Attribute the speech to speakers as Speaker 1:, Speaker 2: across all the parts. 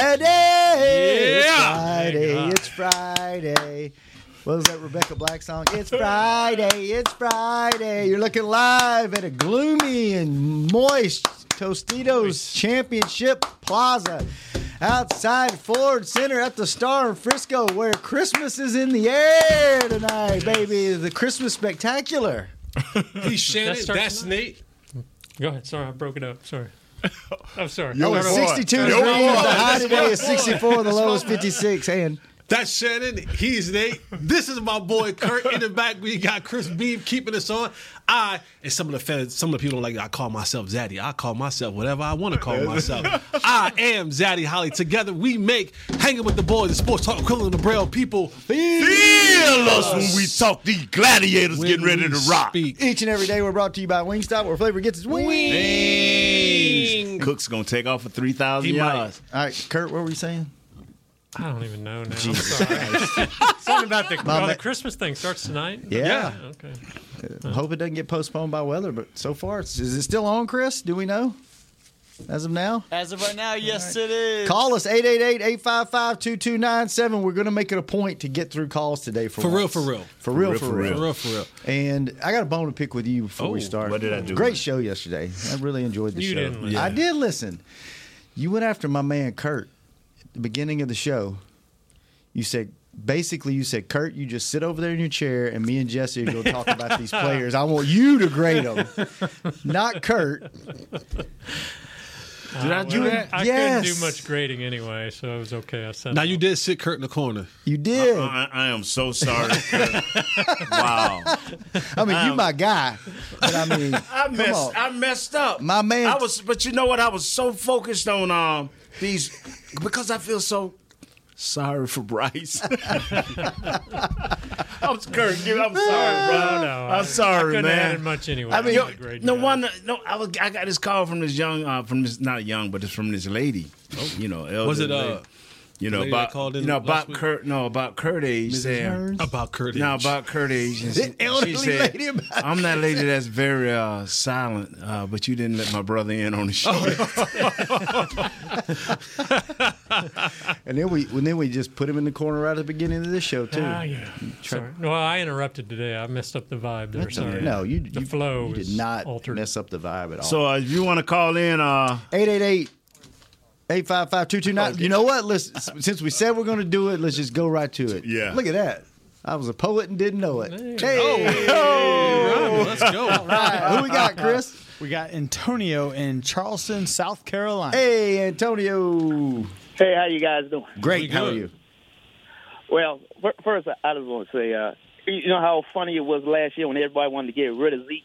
Speaker 1: Friday. It's
Speaker 2: Yeah.
Speaker 1: Friday. It's Friday. What was that Rebecca Black song? It's Friday. It's Friday. You're looking live at a gloomy and moist Tostitos Championship Plaza outside Ford Center at the Star in Frisco, where Christmas is in the air tonight, baby. The Christmas Spectacular.
Speaker 3: Hey, Shannon, that's,
Speaker 4: starts
Speaker 3: Nate.
Speaker 4: Go ahead. Sorry, I broke it up. Sorry. I'm sorry.
Speaker 1: Oh,
Speaker 3: boy.
Speaker 1: 62 is rated.
Speaker 3: Yo, boy.
Speaker 1: The high today is 64. The low is 56. And
Speaker 3: That's Shannon. He's Nate. This is my boy Kurt. In the back, we got Chris Beam keeping us on. I and some of the fans, some of the people don't like I call myself Zaddy. I call myself whatever I want to call myself. I am Zaddy Holly. Together we make hanging with the boys, the sports talk equivalent of Braille people. Feel us when we
Speaker 5: talk these gladiators getting ready
Speaker 3: we
Speaker 5: to rock.
Speaker 3: Speak.
Speaker 1: Each and every day, we're brought to you by Wingstop, where flavor gets its wings.
Speaker 5: Wings. Cook's gonna take off for three thousand
Speaker 3: He might.
Speaker 5: yards.
Speaker 1: All right, Kurt, what were you saying?
Speaker 4: I don't even know now. I'm sorry. Something about the,
Speaker 1: My
Speaker 4: oh,
Speaker 1: ma-
Speaker 4: the Christmas thing starts tonight.
Speaker 1: Yeah. Uh,
Speaker 4: Okay.
Speaker 1: Hope it doesn't get postponed by weather, but so far, it's, is it still on, Chris? Do we know? As of now?
Speaker 6: As of right now, yes, it is.
Speaker 1: Call us 888-855-2297. We're going to make it a point to get through calls today for
Speaker 3: For real,
Speaker 1: once.
Speaker 3: for real.
Speaker 1: For real,
Speaker 5: real,
Speaker 1: for
Speaker 5: for
Speaker 1: real.
Speaker 3: For real, for real.
Speaker 1: And I got a bone to pick with you before we
Speaker 5: Oh,
Speaker 1: start.
Speaker 5: what did I do?
Speaker 1: Great show yesterday. I really enjoyed the
Speaker 4: You
Speaker 1: show.
Speaker 4: didn't listen.
Speaker 1: I did listen. You went after my man Kurt at the beginning of the show. You said basically you said Kurt, you just sit over there in your chair and me and Jesse are going to talk about these players. I want you to grade them, not Kurt.
Speaker 5: Did I do that?
Speaker 4: Uh, I couldn't
Speaker 1: Yes.
Speaker 4: do much grading anyway, so it was okay. I sent
Speaker 3: Now
Speaker 4: it
Speaker 3: you
Speaker 4: off.
Speaker 3: did sit Kurt in the corner.
Speaker 1: You did.
Speaker 5: I, I am so sorry. wow.
Speaker 1: I mean, you my guy, but I mean,
Speaker 5: I messed.
Speaker 1: on.
Speaker 5: I messed up.
Speaker 1: My man-
Speaker 5: I was, but you know what? I was so focused on um these because I feel so sorry for Bryce. I was Kurt. I'm sorry, bro.
Speaker 4: Oh, no, I-
Speaker 5: I'm sorry,
Speaker 4: I couldn't have
Speaker 5: man.
Speaker 4: added much anyway.
Speaker 5: I mean,
Speaker 4: to
Speaker 5: yo,
Speaker 4: the grade
Speaker 5: no
Speaker 4: you
Speaker 5: one,
Speaker 4: had.
Speaker 5: no. I, was, I got this call from this young, uh, from this not young, but it's from this lady. You know,
Speaker 3: Oh. Was it,
Speaker 5: elderly
Speaker 3: uh,
Speaker 5: lady. You know
Speaker 3: lady that
Speaker 5: about
Speaker 3: called in
Speaker 5: you know
Speaker 3: last
Speaker 5: about
Speaker 3: week?
Speaker 5: Kurt. No, about Kurt age. saying-
Speaker 3: About Kurt.
Speaker 5: No,
Speaker 3: Inge.
Speaker 5: about Kurt age. and she-
Speaker 1: elderly
Speaker 5: she said,
Speaker 1: lady about
Speaker 5: I'm that lady that's very uh, silent, uh, but you didn't let my brother in on the show.
Speaker 1: and then we, and then we just put him in the corner right at the beginning of this show too.
Speaker 4: Ah, yeah. Sorry. No, I interrupted today. I messed up the vibe there. Sorry.
Speaker 1: No, you,
Speaker 4: The
Speaker 1: you,
Speaker 4: flow
Speaker 1: you did
Speaker 4: is
Speaker 1: not
Speaker 4: altered.
Speaker 1: mess up the vibe at all.
Speaker 5: so uh, if you want to call in, uh,
Speaker 1: 888 855 229. You know what? Let's since we said we're going to do it, let's just go right to it.
Speaker 5: Yeah.
Speaker 1: Look at that. I was a poet and didn't know it. Hey,
Speaker 3: Let's go.
Speaker 1: who we got, Chris?
Speaker 6: We got Antonio in Charleston, South Carolina.
Speaker 1: Hey, Antonio.
Speaker 7: Hey, how you guys doing?
Speaker 1: Great. How are
Speaker 3: good.
Speaker 1: you?
Speaker 7: Well, fir- first, I just want to say, uh, you know how funny it was last year when everybody wanted to get rid of Zeke.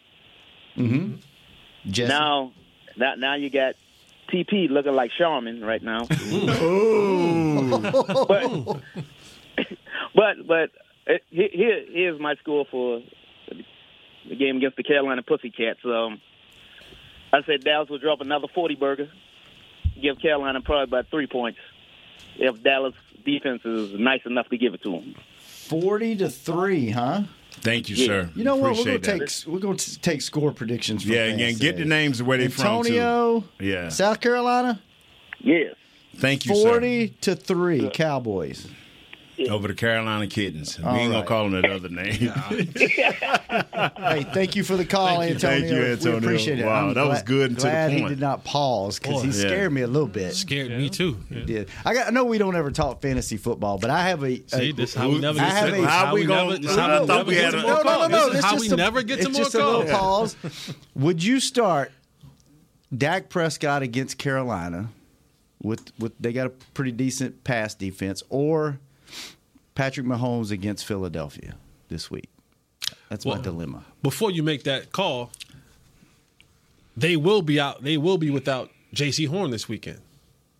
Speaker 5: Mm-hmm.
Speaker 1: Jesse.
Speaker 7: Now, now, now you got TP looking like Charmin right now. but, but, but uh, he- here, here's my score for the game against the Carolina Pussycats. Um, I said Dallas will drop another 40 burger, give Carolina probably about three points if Dallas defense is nice enough to give it to them.
Speaker 1: 40 to 3, huh?
Speaker 5: thank you, sir.
Speaker 1: You know what? We're going
Speaker 5: Appreciate
Speaker 1: to
Speaker 5: that.
Speaker 1: take we're going to take score predictions from
Speaker 5: Yeah,
Speaker 1: fans
Speaker 5: and get
Speaker 1: today.
Speaker 5: the names where they from. too.
Speaker 1: Antonio,
Speaker 5: Yeah.
Speaker 1: South Carolina,
Speaker 7: Yes.
Speaker 5: Thank you, sir.
Speaker 1: forty to three, Cowboys.
Speaker 5: Over the Carolina Kittens.
Speaker 1: All
Speaker 5: we ain't
Speaker 1: right.
Speaker 5: gonna call them that other name.
Speaker 1: Hey, thank you for the call,
Speaker 5: Thank you.
Speaker 1: Antonio.
Speaker 5: Thank you, Antonio.
Speaker 1: We appreciate it.
Speaker 5: Wow,
Speaker 1: I'm
Speaker 5: that was
Speaker 1: glad-
Speaker 5: good and to the
Speaker 1: Glad he
Speaker 5: point.
Speaker 1: did not pause because he
Speaker 5: Boy, yeah.
Speaker 1: scared me a little bit.
Speaker 3: Scared me too.
Speaker 1: He did. I got. I know we don't ever talk fantasy football, but I have a.
Speaker 3: See,
Speaker 1: a-
Speaker 3: this how we never
Speaker 1: I
Speaker 3: get
Speaker 1: have
Speaker 3: to
Speaker 1: a-
Speaker 5: how we
Speaker 3: never-
Speaker 5: gonna-
Speaker 3: this is how
Speaker 5: I
Speaker 3: we
Speaker 5: thought
Speaker 3: never
Speaker 5: we
Speaker 3: get
Speaker 5: had
Speaker 3: to
Speaker 5: a-
Speaker 1: no, no,
Speaker 3: more
Speaker 1: no,
Speaker 3: calls.
Speaker 1: no.
Speaker 3: This is
Speaker 1: it's
Speaker 3: how
Speaker 1: just
Speaker 3: we
Speaker 1: a-
Speaker 3: never get to
Speaker 1: it's
Speaker 3: more
Speaker 1: just a little
Speaker 3: calls.
Speaker 1: pause. Would you start Dak Prescott against Carolina with with they got a pretty decent pass defense, or Patrick Mahomes against Philadelphia this week? That's
Speaker 3: Well-
Speaker 1: my dilemma.
Speaker 3: Before you make that call, they will be out. They will be without J.C. Horn this weekend.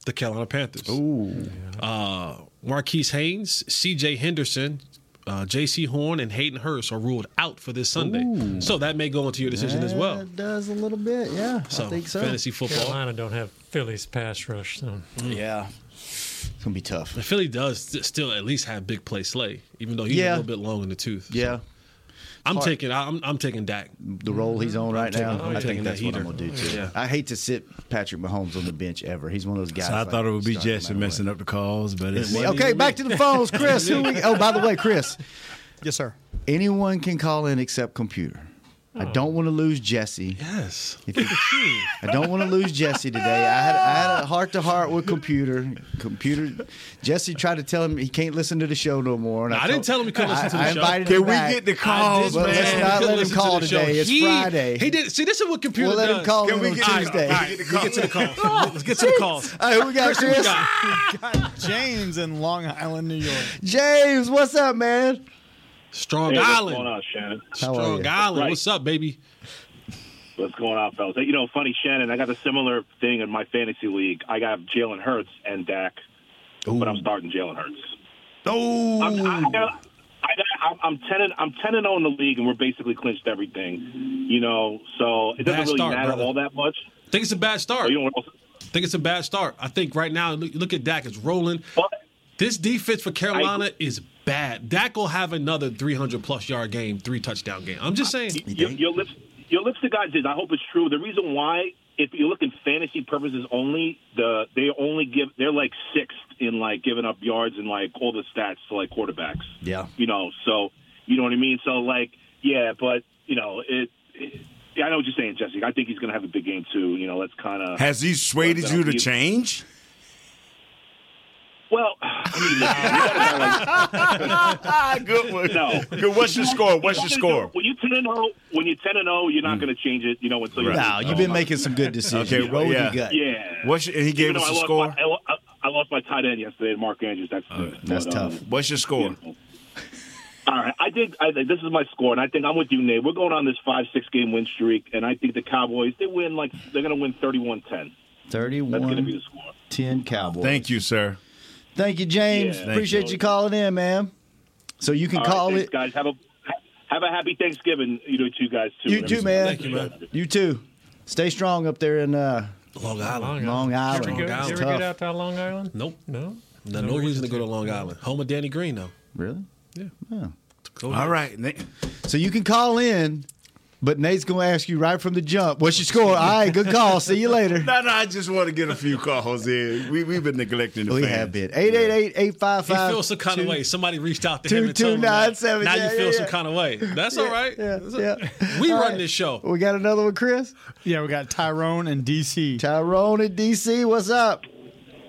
Speaker 3: The Carolina Panthers. Ooh. Uh, Marquise Haynes, C.J. Henderson, uh, J.C. Horn, and Hayden Hurst are ruled out for this Sunday. So that may go into your decision as well.
Speaker 8: It does a little bit, yeah.
Speaker 3: So,
Speaker 8: I think so.
Speaker 3: fantasy football. Mm.
Speaker 4: Carolina don't have Philly's pass rush, so
Speaker 1: Yeah. It's gonna be tough.
Speaker 3: Philly does st- still at least have big play Slay, even though he's
Speaker 1: Yeah.
Speaker 3: a little bit long in the tooth.
Speaker 1: Yeah.
Speaker 3: I'm taking I'm I'm taking Dak.
Speaker 1: The role he's on right now,
Speaker 3: Mm-hmm. I'm
Speaker 1: I think
Speaker 3: taking that
Speaker 1: that's what I'm
Speaker 3: heater.
Speaker 1: gonna do too.
Speaker 3: Yeah.
Speaker 1: I hate to sit Patrick Mahomes on the bench ever. He's one of those guys.
Speaker 9: So I thought it would be Jesse messing up the calls, but it's
Speaker 8: Okay, back to the phones, Chris. Who we, oh, by the way, Chris,
Speaker 6: Yes, sir.
Speaker 1: Anyone can call in except computer.
Speaker 3: Oh.
Speaker 1: I don't want to lose Jesse.
Speaker 3: Yes.
Speaker 1: If you- I don't want to lose Jesse today. I had I had a heart to heart with computer. Computer. Jesse tried to tell him he can't listen to the show no more. And
Speaker 3: I
Speaker 1: told-
Speaker 3: didn't tell him he couldn't listen to the
Speaker 1: I, I
Speaker 3: show.
Speaker 1: invited
Speaker 9: Can
Speaker 1: him
Speaker 9: we
Speaker 1: back.
Speaker 9: get the
Speaker 3: I
Speaker 9: calls,
Speaker 3: did
Speaker 8: Well, let's
Speaker 3: say
Speaker 9: man?
Speaker 8: not
Speaker 3: he
Speaker 8: let him
Speaker 3: listen
Speaker 8: call
Speaker 3: to the show.
Speaker 8: today. It's
Speaker 3: He-
Speaker 8: Friday.
Speaker 3: He did. See, this is what computer
Speaker 8: we'll let him
Speaker 3: does.
Speaker 8: call
Speaker 9: Can
Speaker 8: in
Speaker 9: we
Speaker 8: on
Speaker 9: get the-
Speaker 8: Tuesday.
Speaker 9: all right,
Speaker 3: We get to the calls. Let's get to the calls.
Speaker 8: Hey, who we got
Speaker 3: Who we
Speaker 8: Chris.
Speaker 3: got?
Speaker 6: James in Long Island, New York.
Speaker 8: James, what's up, man?
Speaker 3: Strong
Speaker 10: Hey, what's going
Speaker 3: Island.
Speaker 10: on, Shannon?
Speaker 8: How are
Speaker 3: Strong
Speaker 8: you?
Speaker 3: Island.
Speaker 10: Right.
Speaker 3: What's up, baby?
Speaker 10: What's going on, fellas? Hey, You know, funny, Shannon, I got a similar thing in my fantasy league. I got Jalen Hurts and Dak, but I'm starting Jalen Hurts.
Speaker 9: Oh,
Speaker 10: I'm, I, I, I, I'm ten and I'm ten and zero in the league, and we're basically clinched everything. You know, so it doesn't
Speaker 3: Bad
Speaker 10: really
Speaker 3: start,
Speaker 10: matter
Speaker 3: brother.
Speaker 10: all that much.
Speaker 3: Think it's a bad
Speaker 10: But
Speaker 3: start.
Speaker 10: you know what else?
Speaker 3: Think it's a bad start. I think right now, look, look at Dak. It's rolling.
Speaker 10: But
Speaker 3: This defense for Carolina is bad. Dak will have another 300 plus yard game, three touchdown game. I'm just saying.
Speaker 10: your, your lips, your lipstick guys did. I hope it's true. The reason why, if you look in fantasy purposes only, the they only give they're like sixth in like giving up yards and like all the stats to like quarterbacks.
Speaker 1: Yeah.
Speaker 10: you know, so you know what I mean. So like, yeah, but you know it. it yeah, I know what you're saying, Jesse. I think he's going to have a big game too. You know, that's kind of
Speaker 9: has he persuaded you to
Speaker 10: He's-
Speaker 9: change?
Speaker 10: well. I
Speaker 9: Good
Speaker 10: mean,
Speaker 9: one.
Speaker 10: no,
Speaker 9: Good. What's your score? What's your score? Mm.
Speaker 10: When you ten and zero, when you're ten and zero, you're not going to change it. You know until
Speaker 9: Right.
Speaker 10: you.
Speaker 1: No, you've been making some good decisions.
Speaker 9: Okay,
Speaker 1: Roll
Speaker 9: yeah.
Speaker 1: your gut.
Speaker 10: Yeah.
Speaker 9: What's your, and he gave
Speaker 10: Even
Speaker 9: us
Speaker 10: though
Speaker 9: a
Speaker 10: I lost
Speaker 9: score.
Speaker 10: My, I, lo- I, I lost my tight end yesterday, to Mark Andrews. That's
Speaker 1: that's
Speaker 10: but, um,
Speaker 1: tough.
Speaker 9: What's your score?
Speaker 10: all right, I think I think this is my score, and I think I'm with you, Nate. We're going on this five six game win streak, and I think the Cowboys they win like they're going to win 31-10. That's going to be the
Speaker 8: 31
Speaker 10: score.
Speaker 8: 10 Cowboys.
Speaker 9: Thank you, sir.
Speaker 8: Thank you, James.
Speaker 10: Yeah. Thank
Speaker 8: Appreciate
Speaker 10: you.
Speaker 8: you. calling in, man. So you can
Speaker 10: All right,
Speaker 8: call
Speaker 10: thanks,
Speaker 8: it.
Speaker 10: guys. Have a have a happy Thanksgiving, you know, to you guys too.
Speaker 8: You too, man.
Speaker 3: Thank you, man.
Speaker 8: You too. Stay strong up there in uh,
Speaker 3: Long Island.
Speaker 8: Long
Speaker 3: Long
Speaker 8: Island.
Speaker 4: You ever,
Speaker 3: Island.
Speaker 4: go, you ever
Speaker 8: Tough.
Speaker 4: get out to Long Island?
Speaker 3: Nope.
Speaker 4: No.
Speaker 3: No, no reason to go to Long Island. Home of Danny Green, though.
Speaker 8: Really?
Speaker 3: Go
Speaker 9: All
Speaker 3: ahead.
Speaker 9: right, Nick.
Speaker 8: So you can call in, but Nate's going to ask you right from the jump, what's your score? All right, good call. See you later.
Speaker 9: No, no, I just want to get a few calls in. We we've been neglecting the
Speaker 8: We
Speaker 9: fans.
Speaker 8: have been. 888
Speaker 3: He
Speaker 8: 855.
Speaker 3: feels some kind of way. Somebody reached out to
Speaker 8: Uh, two-
Speaker 3: him and told
Speaker 8: two,
Speaker 3: him
Speaker 8: nine,
Speaker 3: that.
Speaker 8: seven,
Speaker 3: now
Speaker 8: yeah,
Speaker 3: you feel
Speaker 8: yeah,
Speaker 3: some
Speaker 8: yeah.
Speaker 3: kind of way. That's all right.
Speaker 8: Yeah,
Speaker 3: That's all-
Speaker 8: yeah.
Speaker 3: We
Speaker 8: All
Speaker 3: run
Speaker 8: right.
Speaker 3: this show.
Speaker 8: We got another one, Chris.
Speaker 6: Yeah, we got Tyrone in D.C.
Speaker 8: Tyrone in DC. What's up?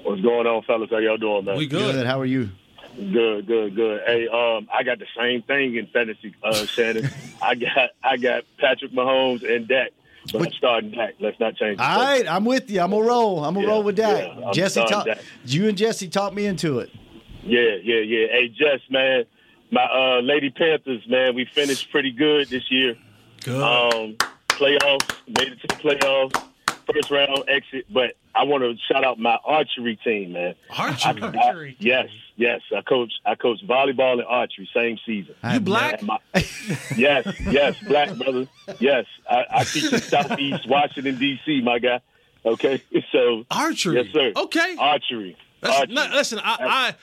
Speaker 10: What's going on, fellas? How y'all doing, man?
Speaker 3: We good.
Speaker 8: How are you?
Speaker 10: Good, good, good. Hey, um, I got the same thing in fantasy, uh, Shannon. I got I got Patrick Mahomes and Dak, but I'm starting Dak. Let's not change.
Speaker 8: All right, I'm with you. I'm gonna roll. I'm gonna
Speaker 10: Yeah,
Speaker 8: roll with Dak.
Speaker 10: yeah, I'm
Speaker 8: Jesse,
Speaker 10: done,
Speaker 8: talk,
Speaker 10: Dak.
Speaker 8: you and Jesse talked me into it.
Speaker 10: Yeah, yeah, yeah. Hey, Jess, man, my uh, Lady Panthers, man, we finished pretty good this year.
Speaker 3: Good.
Speaker 10: Um, playoffs, made it to the playoffs, first round exit. But I want to shout out my archery team, man.
Speaker 3: Archery.
Speaker 10: I- yes, yes, I coach. I coach volleyball and archery same season.
Speaker 3: You black?
Speaker 10: And my- yes, yes, black brother. Yes, I, I teach in Southeast Washington D.C. My guy. Okay, so
Speaker 3: Archery.
Speaker 10: yes, sir.
Speaker 3: Okay.
Speaker 10: archery.
Speaker 3: That's,
Speaker 10: Archery.
Speaker 3: no, listen, I, I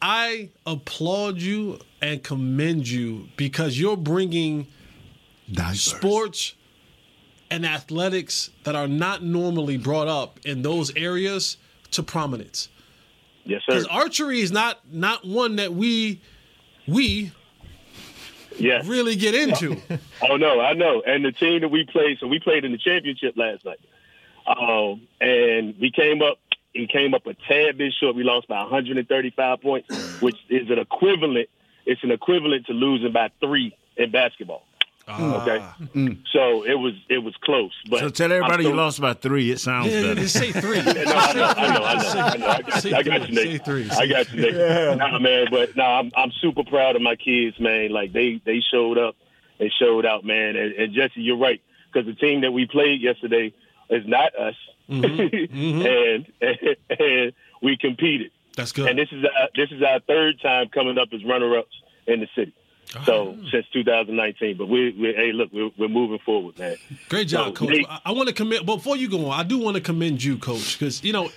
Speaker 3: I applaud you and commend you because you're bringing sports and athletics that are not normally brought up in those areas to prominence.
Speaker 10: yes,
Speaker 3: Because
Speaker 10: sir.
Speaker 3: archery is not not one that we we
Speaker 10: Yes.
Speaker 3: really get into.
Speaker 10: Oh no, I know. And the team that we played, so we played in the championship last night. Um, and we came up, he came up a tad bit short. We lost by 135 points, which is an equivalent. It's an equivalent to losing by three in basketball.
Speaker 3: Ah.
Speaker 10: okay,
Speaker 1: Mm.
Speaker 10: so it was it was close. But
Speaker 9: So tell everybody
Speaker 10: I'm
Speaker 9: you
Speaker 10: still-
Speaker 9: lost by three. It sounds
Speaker 3: Yeah, yeah,
Speaker 9: better.
Speaker 3: just say three.
Speaker 10: no, I know, I know, I know, I know. I got,
Speaker 3: Say
Speaker 10: I got
Speaker 3: three,
Speaker 10: you,
Speaker 3: say
Speaker 10: Nate.
Speaker 3: three,
Speaker 10: I got you, Nate. Nah, man, but nah, I'm I'm super proud of my kids, man. Like they they showed up and showed out, man. And, and Jesse, you're right because the team that we played yesterday is not us,
Speaker 3: Mm-hmm.
Speaker 10: and, and and we competed.
Speaker 3: That's good.
Speaker 10: And this is our, this is our third time coming up as runner-ups in the city. So
Speaker 3: Ah.
Speaker 10: since 2019, but we, we hey look we're, we're moving forward, man.
Speaker 3: Great job,
Speaker 10: So,
Speaker 3: coach.
Speaker 10: Nate-
Speaker 3: I, want to commend before you go on. I do want to commend you, coach, because you know,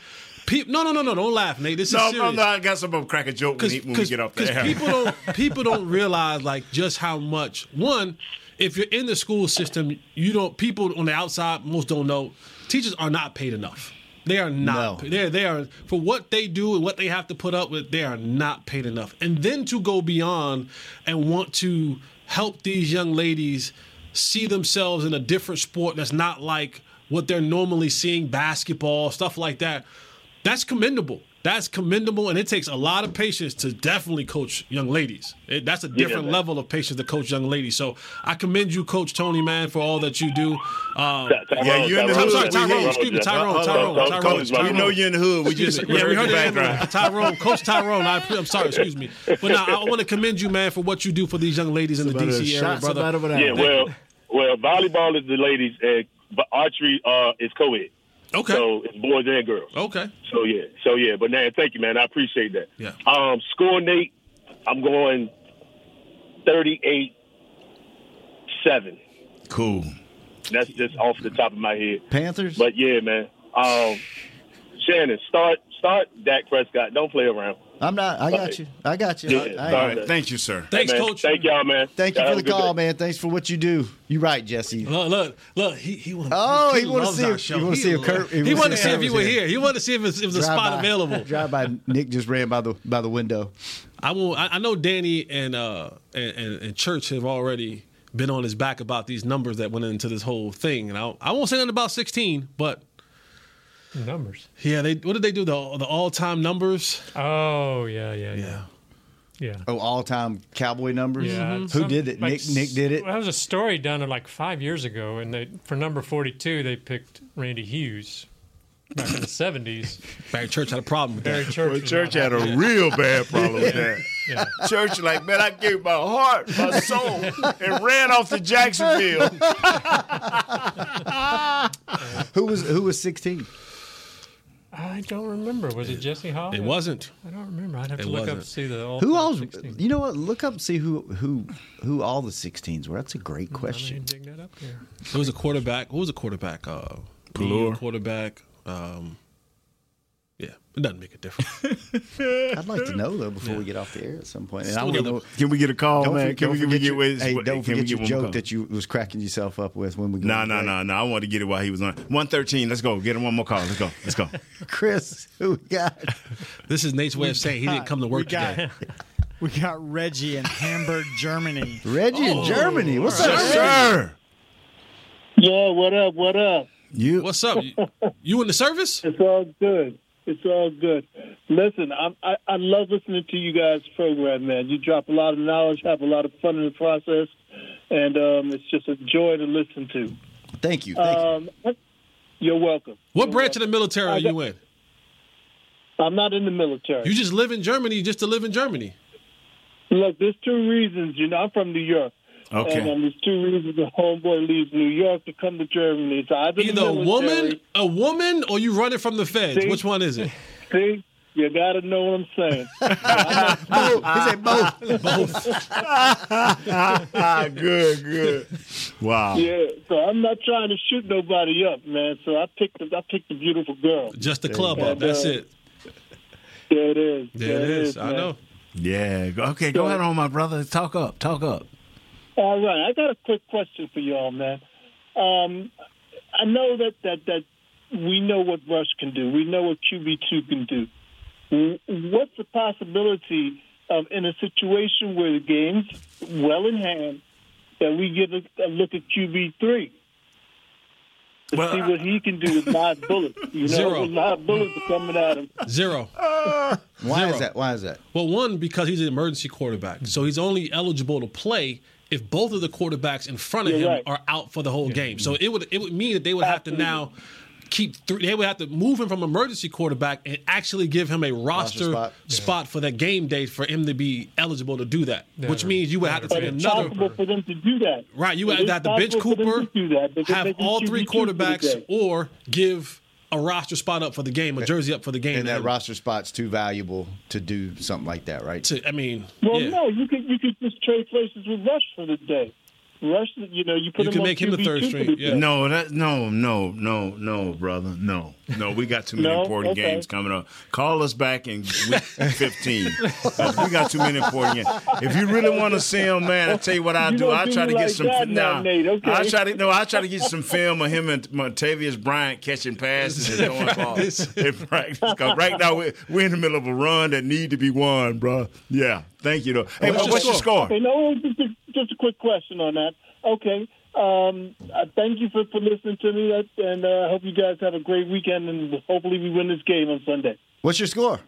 Speaker 3: peop, no, no, no, no, don't laugh, Nate. This
Speaker 5: No,
Speaker 3: is
Speaker 5: I'm-
Speaker 3: serious.
Speaker 5: I'm not. I guess I'm gonna crack a joke when, he, when we get off the air.
Speaker 3: Because people don't people don't realize like just how much one. If you're in the school system, you don't people on the outside most don't know. Teachers are not paid enough. They are not. They they are for what they do and what they have to put up with. They are not paid enough. And then to go beyond and want to help these young ladies see themselves in a different sport that's not like what they're normally seeing basketball stuff like that that's commendable. That's commendable, and it takes a lot of patience to definitely coach young ladies. It, that's a
Speaker 10: Yeah,
Speaker 3: different
Speaker 10: man.
Speaker 3: level of patience to coach young ladies. So I commend you, Coach Tony, man, for all that you do. Um,
Speaker 5: yeah, you in the
Speaker 3: I'm sorry,
Speaker 5: hood. We hate
Speaker 3: Tyrone.
Speaker 5: you.
Speaker 3: Excuse me, Tyrone.
Speaker 5: Hold on,
Speaker 3: Tyrone.
Speaker 5: hold
Speaker 3: Tyrone.
Speaker 5: on,
Speaker 3: Tyrone,
Speaker 5: Coach, we know you're in the hood. We
Speaker 3: Excuse
Speaker 5: just
Speaker 3: me. yeah, we
Speaker 5: heard
Speaker 3: heard
Speaker 5: your
Speaker 3: it in the
Speaker 5: background.
Speaker 3: Tyrone, Coach Tyrone. I, I'm sorry, excuse me, but now I want to commend you, man, for what you do for these young ladies in the
Speaker 5: Somebody
Speaker 3: DC area,
Speaker 5: shot somebody
Speaker 3: brother.
Speaker 5: with an
Speaker 10: Yeah, well, well, volleyball is the ladies, and but archery uh, is co-ed.
Speaker 3: Okay.
Speaker 10: So it's boys and girls.
Speaker 3: Okay.
Speaker 10: So yeah, so yeah. But man, thank you, man. I appreciate that.
Speaker 3: Yeah.
Speaker 10: Um, score Nate, I'm going 38-7.
Speaker 5: Cool.
Speaker 10: That's just off the top of my head.
Speaker 1: Panthers.
Speaker 10: But yeah, man. Um, Shannon, start start Dak Prescott. Don't play around.
Speaker 1: I'm not. I got you. I got you.
Speaker 10: Yeah,
Speaker 1: I- I ain't-
Speaker 10: all right. Thank
Speaker 5: you, sir.
Speaker 3: Thanks,
Speaker 10: Hey, man,
Speaker 3: Coach.
Speaker 10: Thank y'all, man.
Speaker 1: Thank you
Speaker 10: Y'all
Speaker 1: for
Speaker 10: have
Speaker 1: the
Speaker 10: a good
Speaker 1: call, man. Thanks for what you do. You're right, Jesse.
Speaker 3: Look, look, look. He he want.
Speaker 1: Oh, he wanna
Speaker 3: loves
Speaker 1: see
Speaker 3: our
Speaker 1: if-
Speaker 3: show.
Speaker 1: he wanna see if
Speaker 3: lo-
Speaker 1: Kurt- he
Speaker 3: He
Speaker 1: wanna
Speaker 3: wanted to
Speaker 1: see
Speaker 3: see
Speaker 1: if
Speaker 3: if
Speaker 1: Kurt
Speaker 3: he
Speaker 1: was
Speaker 3: were
Speaker 1: here.
Speaker 3: here. He wanted to see if it's- if there's a
Speaker 1: Drive
Speaker 3: spot
Speaker 1: by-
Speaker 3: available.
Speaker 1: Drive by. Nick just ran by the by the window.
Speaker 3: I will. I I know Danny and uh and, and, and Church have already been on his back about these numbers that went into this whole thing, and I I won't say nothing about sixteen, but
Speaker 4: Numbers.
Speaker 3: yeah, they what did they do the the all time numbers?
Speaker 4: Oh yeah, yeah, yeah, yeah.
Speaker 1: Oh, all time cowboy numbers.
Speaker 4: Yeah,
Speaker 5: Mm-hmm.
Speaker 1: Who
Speaker 4: some-
Speaker 1: did it?
Speaker 4: like
Speaker 1: Nick. Nick did it.
Speaker 4: Well, that was a story done uh, like five years ago, and they for number forty-two they picked Randy Hughes back in the seventies.
Speaker 3: Barry Church had a problem with
Speaker 4: Barry
Speaker 3: that.
Speaker 4: Church. was
Speaker 5: Church
Speaker 4: not
Speaker 5: had a
Speaker 4: happy.
Speaker 5: real bad problem with that.
Speaker 4: Yeah.
Speaker 5: Church, like, man, I gave my heart, my soul, and ran off to Jacksonville.
Speaker 1: Who was Who was 16?
Speaker 4: I don't remember. Was it Jesse Hall?
Speaker 3: It wasn't.
Speaker 4: I don't remember. I'd have
Speaker 3: It
Speaker 4: to look up
Speaker 3: wasn't.
Speaker 4: to see the all
Speaker 1: Who all? You know what? Look up and see who who who all the 16s were. That's a great question.
Speaker 4: dig that up there.
Speaker 3: There was a quarterback. What was a quarterback? Uh,
Speaker 5: Velour.
Speaker 3: DU quarterback. Um, yeah, it doesn't make a difference.
Speaker 1: I'd like to know though before we get off the air at some point. And I
Speaker 3: Still
Speaker 1: want to
Speaker 3: get-
Speaker 1: know.
Speaker 5: Can we get a call,
Speaker 1: Don't,
Speaker 5: man?
Speaker 1: for-
Speaker 5: Can
Speaker 1: don't
Speaker 5: we, can we
Speaker 1: forget
Speaker 5: get
Speaker 1: your,
Speaker 5: with?
Speaker 1: hey, don't
Speaker 5: can we
Speaker 1: forget your
Speaker 5: get
Speaker 1: joke that you was cracking yourself up with when we go.
Speaker 5: No,
Speaker 1: to
Speaker 5: no,
Speaker 1: break.
Speaker 5: no, no. I wanted to get it while he was on. One thirteen. Let's go. Get him one more call. Let's go. Let's go.
Speaker 1: Chris, who we got?
Speaker 3: this is Nate's way of saying he didn't come to work
Speaker 6: We got-
Speaker 3: today.
Speaker 6: We got Reggie in Hamburg, Germany.
Speaker 1: Reggie
Speaker 3: Oh.
Speaker 1: in Germany. What's up,
Speaker 5: Yes,
Speaker 1: Reggie?
Speaker 5: sir.
Speaker 11: Yo, what up? What up?
Speaker 1: You
Speaker 3: What's up? You, you in the service?
Speaker 11: It's all good. It's all good. Listen, I'm, I I love listening to you guys' program, man. You drop a lot of knowledge, have a lot of fun in the process, and um, it's just a joy to listen to.
Speaker 1: Thank you. Thank
Speaker 11: Um, you're welcome.
Speaker 3: What branch of the military are you in?
Speaker 11: I'm not in the military.
Speaker 3: You just live in Germany just to live in Germany.
Speaker 11: Look, there's two reasons. You know, I'm from New York.
Speaker 5: Okay.
Speaker 11: And um, there's two reasons the homeboy leaves New York to come to Germany. So either, the
Speaker 3: Either a
Speaker 11: military-
Speaker 3: woman, a woman, or you running from the feds.
Speaker 11: See?
Speaker 3: Which one is it?
Speaker 11: See, you got to know what I'm saying.
Speaker 1: you. Both. He said both.
Speaker 5: Ah, good, good. Wow.
Speaker 11: Yeah, so I'm not trying to shoot nobody up, man. So I picked the, I picked the beautiful girl.
Speaker 3: Just the club up.
Speaker 11: go.
Speaker 3: That's it.
Speaker 11: There it is.
Speaker 3: There it is. I
Speaker 11: man.
Speaker 3: know.
Speaker 5: Yeah. go- Okay. Go ahead on, my brother. Talk up. Talk up.
Speaker 11: All right, I got a quick question for y'all, man. Um, I know that that that we know what Rush can do. We know what QB two can do. W- What's the possibility of in a situation where the game's well in hand that we get a, a look at QB three? To
Speaker 5: Well,
Speaker 11: see what he can do with live bullets. You know,
Speaker 3: Zero.
Speaker 11: with live bullets are coming at him.
Speaker 3: Zero.
Speaker 1: Why
Speaker 3: Zero.
Speaker 1: is that? Why is that?
Speaker 3: Well, one, because he's an emergency quarterback. So he's only eligible to play if both of the quarterbacks in front of
Speaker 11: You're
Speaker 3: him
Speaker 11: right.
Speaker 3: are out for the whole game. So it would it would mean that they would have to now keep three. They would have to move him from emergency quarterback and actually give him a roster, spot,
Speaker 1: spot.
Speaker 3: for that game day for him to be eligible to do that. which means you would have to
Speaker 11: But
Speaker 3: take
Speaker 11: it's
Speaker 3: another.
Speaker 11: possible for them to do that.
Speaker 3: Right, you
Speaker 11: It
Speaker 3: would
Speaker 11: is
Speaker 3: have to bench
Speaker 11: possible for them
Speaker 3: Cooper,
Speaker 11: to do that because they
Speaker 3: have
Speaker 11: can
Speaker 3: all
Speaker 11: choose
Speaker 3: three
Speaker 11: to choose for the
Speaker 3: quarterbacks,
Speaker 11: day.
Speaker 3: or give a roster spot up for the game, a jersey up for the game.
Speaker 1: And
Speaker 3: to
Speaker 1: that
Speaker 3: him.
Speaker 1: roster spot's too valuable to do something like that, right?
Speaker 3: To, I mean,
Speaker 11: Well, no, you could you could just trade places with Rush for the day. Rush, you know, you put him on QB2 for the day.
Speaker 5: No, that no, no, no, no, brother. No. No, we got too many
Speaker 11: No?
Speaker 5: important
Speaker 11: Okay.
Speaker 5: games coming up. Call us back in week 15. we got too many important games. If you really want to see him, man, I tell you what I
Speaker 11: You
Speaker 5: do.
Speaker 11: don't
Speaker 5: I
Speaker 11: do
Speaker 5: try
Speaker 11: me
Speaker 5: to get
Speaker 11: like
Speaker 5: some
Speaker 11: that now,
Speaker 5: nah,
Speaker 11: Nate, okay.
Speaker 5: I try to no, I try to get some film of him and Montavious Bryant catching passes and throwing balls in practice. 'Cause right now we're, we're in the middle of a run that need to be won, bro. Yeah. Thank you though. Hey, what's, your score?
Speaker 11: Okay, no, just a, just a quick question on that. Okay, um, uh, thank you for, for listening to me, uh, and uh, I hope you guys have a great weekend, and hopefully we win this game on Sunday.
Speaker 1: What's your score?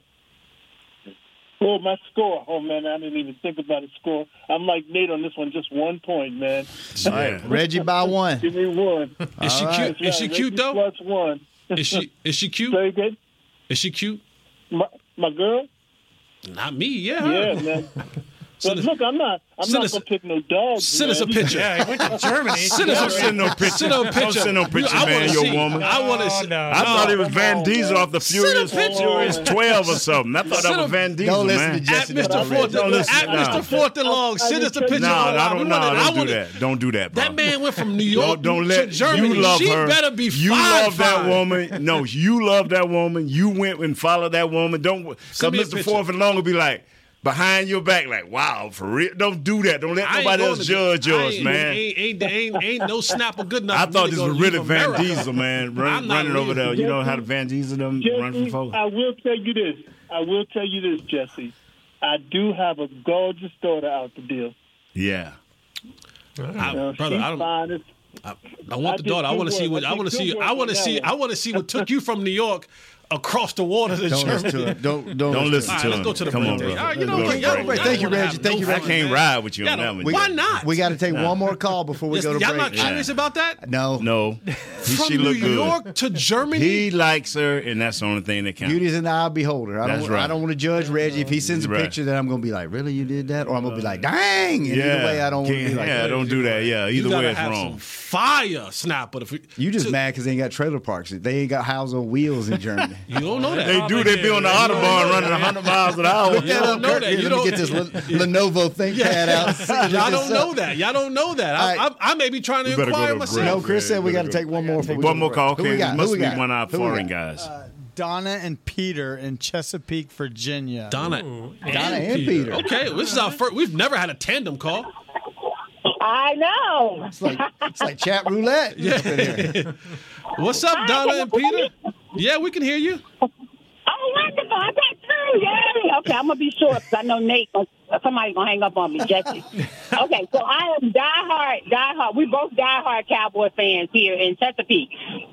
Speaker 11: Oh, my score. Oh, man, I didn't even think about a score. I'm like Nate on this one, just one point, man.
Speaker 1: All right, Reggie by one.
Speaker 11: Give me one.
Speaker 3: Is she
Speaker 11: All
Speaker 3: cute? Is she
Speaker 11: Reggie
Speaker 3: cute, though?
Speaker 11: Plus one.
Speaker 3: Is she is she cute?
Speaker 11: Very good.
Speaker 3: Is she cute?
Speaker 11: My, my girl?
Speaker 3: Not me. Yeah.
Speaker 11: Yeah, man. But look, I'm not. I'm
Speaker 3: send
Speaker 11: not
Speaker 3: us-
Speaker 11: gonna pick no dogs.
Speaker 3: Send us a
Speaker 11: man.
Speaker 3: picture. Send us
Speaker 5: Don't
Speaker 3: a
Speaker 5: send no picture.
Speaker 3: Send a picture.
Speaker 5: Don't send no picture,
Speaker 3: I wanna
Speaker 5: man, your
Speaker 3: see-
Speaker 5: woman.
Speaker 3: I want to see.
Speaker 5: I thought it was Van Diesel off the
Speaker 3: Send a
Speaker 5: Furious,
Speaker 3: picture.
Speaker 5: Furious 12 or something. I thought
Speaker 3: Send
Speaker 5: that
Speaker 3: a-
Speaker 5: was Van Diesel,
Speaker 1: Don't listen
Speaker 5: man.
Speaker 1: to Jesse
Speaker 3: At Mr. Forte-
Speaker 5: Don't listen.
Speaker 3: at
Speaker 5: nah.
Speaker 3: Mr. Forte Long, send us a picture.
Speaker 5: Nah,
Speaker 3: online.
Speaker 5: I
Speaker 3: We wanna-
Speaker 5: don't, nah,
Speaker 3: I
Speaker 5: don't do
Speaker 3: wanna-
Speaker 5: that. Don't do that, bro.
Speaker 3: That man went from New York
Speaker 5: don't, don't let
Speaker 3: to Germany.
Speaker 5: You love
Speaker 3: she
Speaker 5: her.
Speaker 3: better be
Speaker 5: You
Speaker 3: five,
Speaker 5: love that
Speaker 3: five.
Speaker 5: woman. No, you love that woman. You went and followed that woman. Don't because
Speaker 3: Send me a
Speaker 5: Mr.
Speaker 3: picture.
Speaker 5: Fourth and Long will be like behind your back, like, wow, for real. Don't do that. Don't let
Speaker 3: I ain't
Speaker 5: nobody
Speaker 3: going
Speaker 5: else
Speaker 3: to-
Speaker 5: judge
Speaker 3: I
Speaker 5: yours,
Speaker 3: ain't-
Speaker 5: man.
Speaker 3: Ain't, ain't, ain't, ain't no snapper good enough.
Speaker 5: I
Speaker 3: for me
Speaker 5: thought
Speaker 3: to
Speaker 5: this
Speaker 3: go
Speaker 5: was
Speaker 3: leave
Speaker 5: really Van
Speaker 3: America.
Speaker 5: Diesel, man,
Speaker 3: I'm
Speaker 5: run,
Speaker 3: not
Speaker 5: running over there.
Speaker 3: leaving.
Speaker 5: You know how to Van Diesel them run from
Speaker 11: Jesse,
Speaker 5: folks.
Speaker 11: I will tell you this. I will tell you this, Jesse. I do have a gorgeous daughter out the deal.
Speaker 5: Yeah,
Speaker 3: I-
Speaker 11: You know,
Speaker 3: brother,
Speaker 11: she's
Speaker 3: I don't.
Speaker 11: fine as
Speaker 3: I want
Speaker 11: I
Speaker 3: the
Speaker 11: did
Speaker 3: daughter. I
Speaker 11: good
Speaker 3: want to see
Speaker 11: work.
Speaker 3: what
Speaker 11: I
Speaker 3: I
Speaker 11: did
Speaker 3: want to
Speaker 11: good
Speaker 3: see.
Speaker 11: work
Speaker 3: I
Speaker 11: on
Speaker 3: want to
Speaker 11: that
Speaker 3: see.
Speaker 11: one.
Speaker 3: I want to see what took you from New York across the water to
Speaker 1: Don't listen to
Speaker 3: Germany.
Speaker 1: him. Don't don't,
Speaker 5: Don't listen
Speaker 3: All right,
Speaker 5: to
Speaker 3: let's
Speaker 5: him.
Speaker 3: go to the
Speaker 5: Come
Speaker 3: break.
Speaker 5: on, brother.
Speaker 3: All right, you know
Speaker 5: Let's
Speaker 3: what?
Speaker 5: go to
Speaker 3: Y'all-
Speaker 5: break.
Speaker 3: y'all
Speaker 1: Thank you,
Speaker 3: wanna
Speaker 1: Reggie.
Speaker 3: have
Speaker 1: Thank
Speaker 3: no
Speaker 1: you,
Speaker 5: I
Speaker 3: fun,
Speaker 1: Reggie.
Speaker 5: can't
Speaker 3: man.
Speaker 5: ride with you
Speaker 3: Y'all
Speaker 5: on that
Speaker 3: don't-
Speaker 5: one.
Speaker 3: Why not?
Speaker 1: We got to take one more call before we
Speaker 3: Yes,
Speaker 1: go to
Speaker 3: y'all
Speaker 1: break.
Speaker 3: not
Speaker 5: Yeah.
Speaker 3: curious about that?
Speaker 1: No,
Speaker 5: No, He-
Speaker 3: From
Speaker 5: she
Speaker 3: New
Speaker 5: look good.
Speaker 3: York to Germany.
Speaker 5: He likes her, and that's the only thing that counts.
Speaker 1: Beauty's an eye beholder. I
Speaker 5: That's
Speaker 1: don't.
Speaker 5: right.
Speaker 1: I don't want to judge Reggie. If he sends a
Speaker 5: Right.
Speaker 1: picture, then I'm going to be like, "Really, you did that?" Or I'm going to be like, "Dang!" And either way, I don't want to
Speaker 5: Can't-
Speaker 1: be like,
Speaker 5: yeah,
Speaker 1: that.
Speaker 5: don't do that. Yeah,
Speaker 3: You
Speaker 5: either
Speaker 3: gotta
Speaker 5: way, it's
Speaker 3: have
Speaker 5: wrong.
Speaker 3: Some fire snapper. to f-
Speaker 1: "You just
Speaker 3: to-
Speaker 1: mad because they ain't got trailer parks. They ain't got houses on wheels in Germany."
Speaker 3: You don't know that.
Speaker 5: They do. They be on the
Speaker 3: Yeah,
Speaker 5: autobahn
Speaker 3: yeah,
Speaker 5: running
Speaker 3: yeah.
Speaker 5: 100 miles an hour.
Speaker 1: Look
Speaker 3: You
Speaker 1: that
Speaker 3: don't
Speaker 1: up,
Speaker 3: know
Speaker 1: Kurt.
Speaker 3: that.
Speaker 1: Here,
Speaker 3: You
Speaker 1: Let me
Speaker 3: don't-
Speaker 1: get this Le- Lenovo ThinkPad out.
Speaker 3: Y'all
Speaker 1: Look
Speaker 3: don't
Speaker 1: this
Speaker 3: know
Speaker 1: up.
Speaker 3: that. Y'all don't know that. I,
Speaker 1: All right.
Speaker 3: I, I may be trying to
Speaker 5: You better go
Speaker 3: inquire
Speaker 5: to
Speaker 3: myself.
Speaker 1: No, Chris said we got to take one more. before we go
Speaker 5: One
Speaker 1: to
Speaker 5: more
Speaker 1: break.
Speaker 5: call.
Speaker 1: Who we
Speaker 5: Okay,
Speaker 1: got?
Speaker 5: it
Speaker 1: Who
Speaker 5: must
Speaker 1: we
Speaker 5: be
Speaker 1: got?
Speaker 5: one of our
Speaker 1: Who we
Speaker 5: foreign
Speaker 1: got?
Speaker 5: guys.
Speaker 6: Uh, Donna and Peter in Chesapeake, Virginia.
Speaker 3: Donna,
Speaker 1: Donna and Peter.
Speaker 3: Okay, this is our first. We've never had a tandem call.
Speaker 12: I know.
Speaker 1: It's like it's like chat roulette. up in here.
Speaker 3: What's up, Donna and Peter? Yeah, we can hear you.
Speaker 12: Oh, wonderful! I got through. Yay! Okay, I'm gonna be short because I know Nate. Gonna, somebody's gonna hang up on me, Jesse. Okay, so I am diehard, diehard. We both diehard Cowboy fans here in Chesapeake.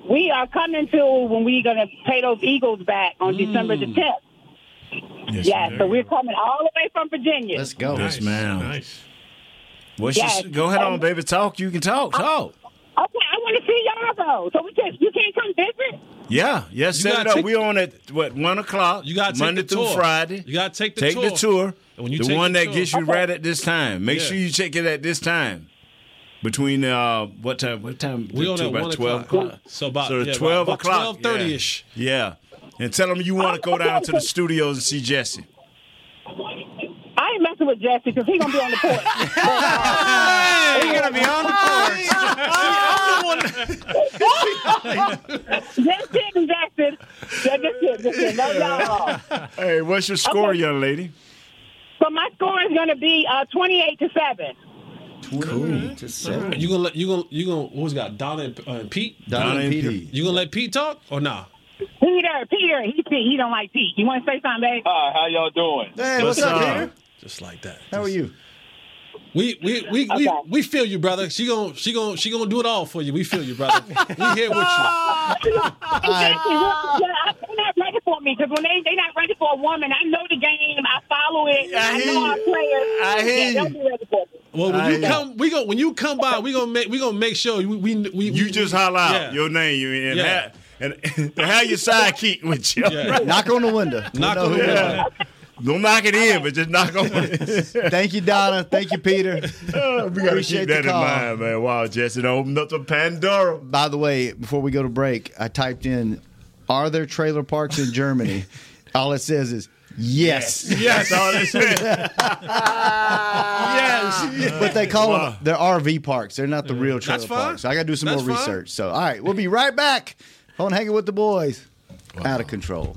Speaker 12: We are coming to when we're gonna pay those Eagles back on December the 10th.
Speaker 5: Yes,
Speaker 12: yeah, so we're coming all the way from Virginia.
Speaker 1: Let's go.
Speaker 5: Yes, ma'am.
Speaker 4: Nice.
Speaker 5: What's
Speaker 12: Yes.
Speaker 5: your- Go ahead on, baby. Talk. You can talk. Talk.
Speaker 12: Okay, I want to see y'all though. So we can you can't come visit.
Speaker 5: Yeah, yeah. Set
Speaker 3: gotta
Speaker 5: it up.
Speaker 3: take-
Speaker 5: We on at what one o'clock?
Speaker 3: You gotta take
Speaker 5: Monday
Speaker 3: the
Speaker 5: through
Speaker 3: tour.
Speaker 5: Friday.
Speaker 3: You gotta take the
Speaker 5: take
Speaker 3: tour.
Speaker 5: the tour.
Speaker 3: And when you
Speaker 5: the
Speaker 3: take
Speaker 5: one
Speaker 3: the
Speaker 5: that
Speaker 3: tour-
Speaker 5: gets you right at this time. Make
Speaker 3: Yeah.
Speaker 5: sure you check it at this time. Between uh, what time? What time?
Speaker 3: We on
Speaker 5: Two-
Speaker 3: at
Speaker 5: about
Speaker 3: one
Speaker 5: twelve
Speaker 3: o'clock. So about
Speaker 5: so
Speaker 3: yeah,
Speaker 5: twelve
Speaker 3: about
Speaker 5: o'clock.
Speaker 3: twelve thirty ish.
Speaker 5: Yeah. yeah, and tell them you want to go down to the studios and see Jesse.
Speaker 12: I ain't messing with Jesse because he's gonna be on the porch.
Speaker 5: You're gonna be on the
Speaker 12: That's it, Jackson. That's it. That's it. Love y'all.
Speaker 5: Hey, what's your score, young lady?
Speaker 12: So my score is going to be uh, 28 to 7.
Speaker 1: Cool. Just seven.
Speaker 3: You gonna let you gonna you gonna who's got Donna and, uh, and Pete?
Speaker 1: Donna and Peter.
Speaker 3: You gonna let Pete talk or nah?
Speaker 12: Peter, Peter, he he don't like Pete. You want to say something, babe?
Speaker 3: Uh,
Speaker 10: Hi, how y'all doing?
Speaker 1: Hey, what's, up, Peter?
Speaker 3: Just like that.
Speaker 1: How are you?
Speaker 3: We we we, we, we feel you, brother. She gonna she gonna she gonna do it all for you. We feel you, brother. we here with you.
Speaker 12: Exactly. Yeah, I- they're not ready for me because when they they not ready for a woman, I know the game. I follow it.
Speaker 5: I
Speaker 12: I,
Speaker 5: hear
Speaker 12: know our
Speaker 5: you.
Speaker 12: players.
Speaker 5: I hear
Speaker 12: yeah,
Speaker 5: you.
Speaker 12: They'll be ready for me.
Speaker 3: Well, when
Speaker 5: I
Speaker 3: you
Speaker 5: am.
Speaker 3: come, we go when you come by. We gonna make we gonna make sure we we, we
Speaker 5: You
Speaker 3: we-
Speaker 5: just holler out
Speaker 3: Yeah.
Speaker 5: your name. You and
Speaker 3: Yeah.
Speaker 5: that and, and have your sidekick with you.
Speaker 1: Knock on the window.
Speaker 5: Knock on the window. Don't knock it in, but just knock on it.
Speaker 1: Thank you, Donna. Thank you, Peter.
Speaker 5: we gotta keep that in mind, man. Wow, Jesse, don't open up the Pandora.
Speaker 1: By the way, before we go to break, I typed in, "Are there trailer parks in Germany?" All it says is. Yes.
Speaker 5: Yes.
Speaker 1: Oh, yes. But they call them they're RV parks. They're not the real trailer
Speaker 5: That's fine.
Speaker 1: parks. So I got to do some
Speaker 5: That's
Speaker 1: more
Speaker 5: fine.
Speaker 1: research. So, all right, we'll be right back on Hanging with the Boys. Out of control.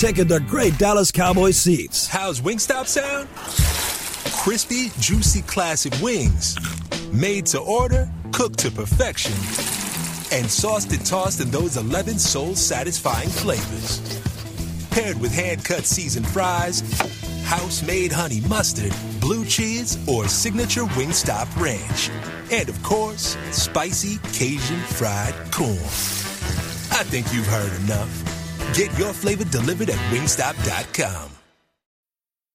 Speaker 13: ticket to great Dallas Cowboys seats.
Speaker 14: How's Wingstop sound? Crispy, juicy, classic wings. Made to order, cooked to perfection. And sauced and tossed in those 11 soul satisfying flavors. Paired with hand cut seasoned fries, house made honey mustard, blue cheese, or signature Wingstop ranch. And of course, spicy Cajun fried corn. I think you've heard enough. Get your flavor delivered at wingstop.com.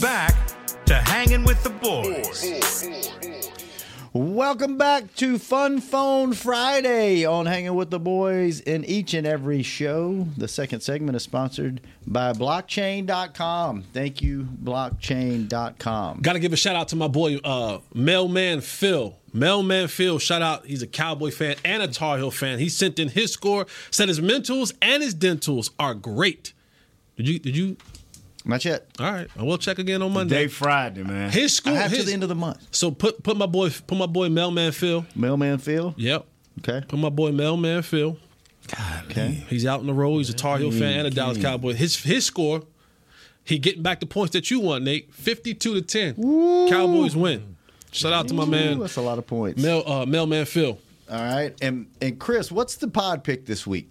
Speaker 9: Back to Hanging with the Boys.
Speaker 8: Welcome back to Fun Phone Friday on Hanging with the Boys. In each and every show, the second segment is sponsored by blockchain.com. Thank you, blockchain.com.
Speaker 3: Got to give a shout out to my boy, uh, Mailman Phil. Mailman Phil, shout out. He's a Cowboy fan and a Tar Heel fan. He sent in his score, said his mentals and his dentals are great. Did you? Did you?
Speaker 1: Not yet.
Speaker 3: All right, I will check again on Monday.
Speaker 5: Day Friday, man.
Speaker 3: His score
Speaker 1: I have
Speaker 3: his-
Speaker 1: to the end of the month.
Speaker 3: So put put my boy put my boy Mailman Phil.
Speaker 1: Mailman Phil.
Speaker 3: Yep.
Speaker 1: Okay.
Speaker 3: Put my boy Mailman Phil.
Speaker 1: Okay.
Speaker 3: He's out on the road. He's a Tar Heel fan and a Dallas Cowboy. His his score, he getting back the points that you want, Nate. Fifty two to ten. Cowboys win. Shout out to my
Speaker 1: Ooh,
Speaker 3: man
Speaker 1: That's a lot of points.
Speaker 3: Mail uh, Mailman Phil.
Speaker 1: All right. And and Chris, what's the pod pick this week?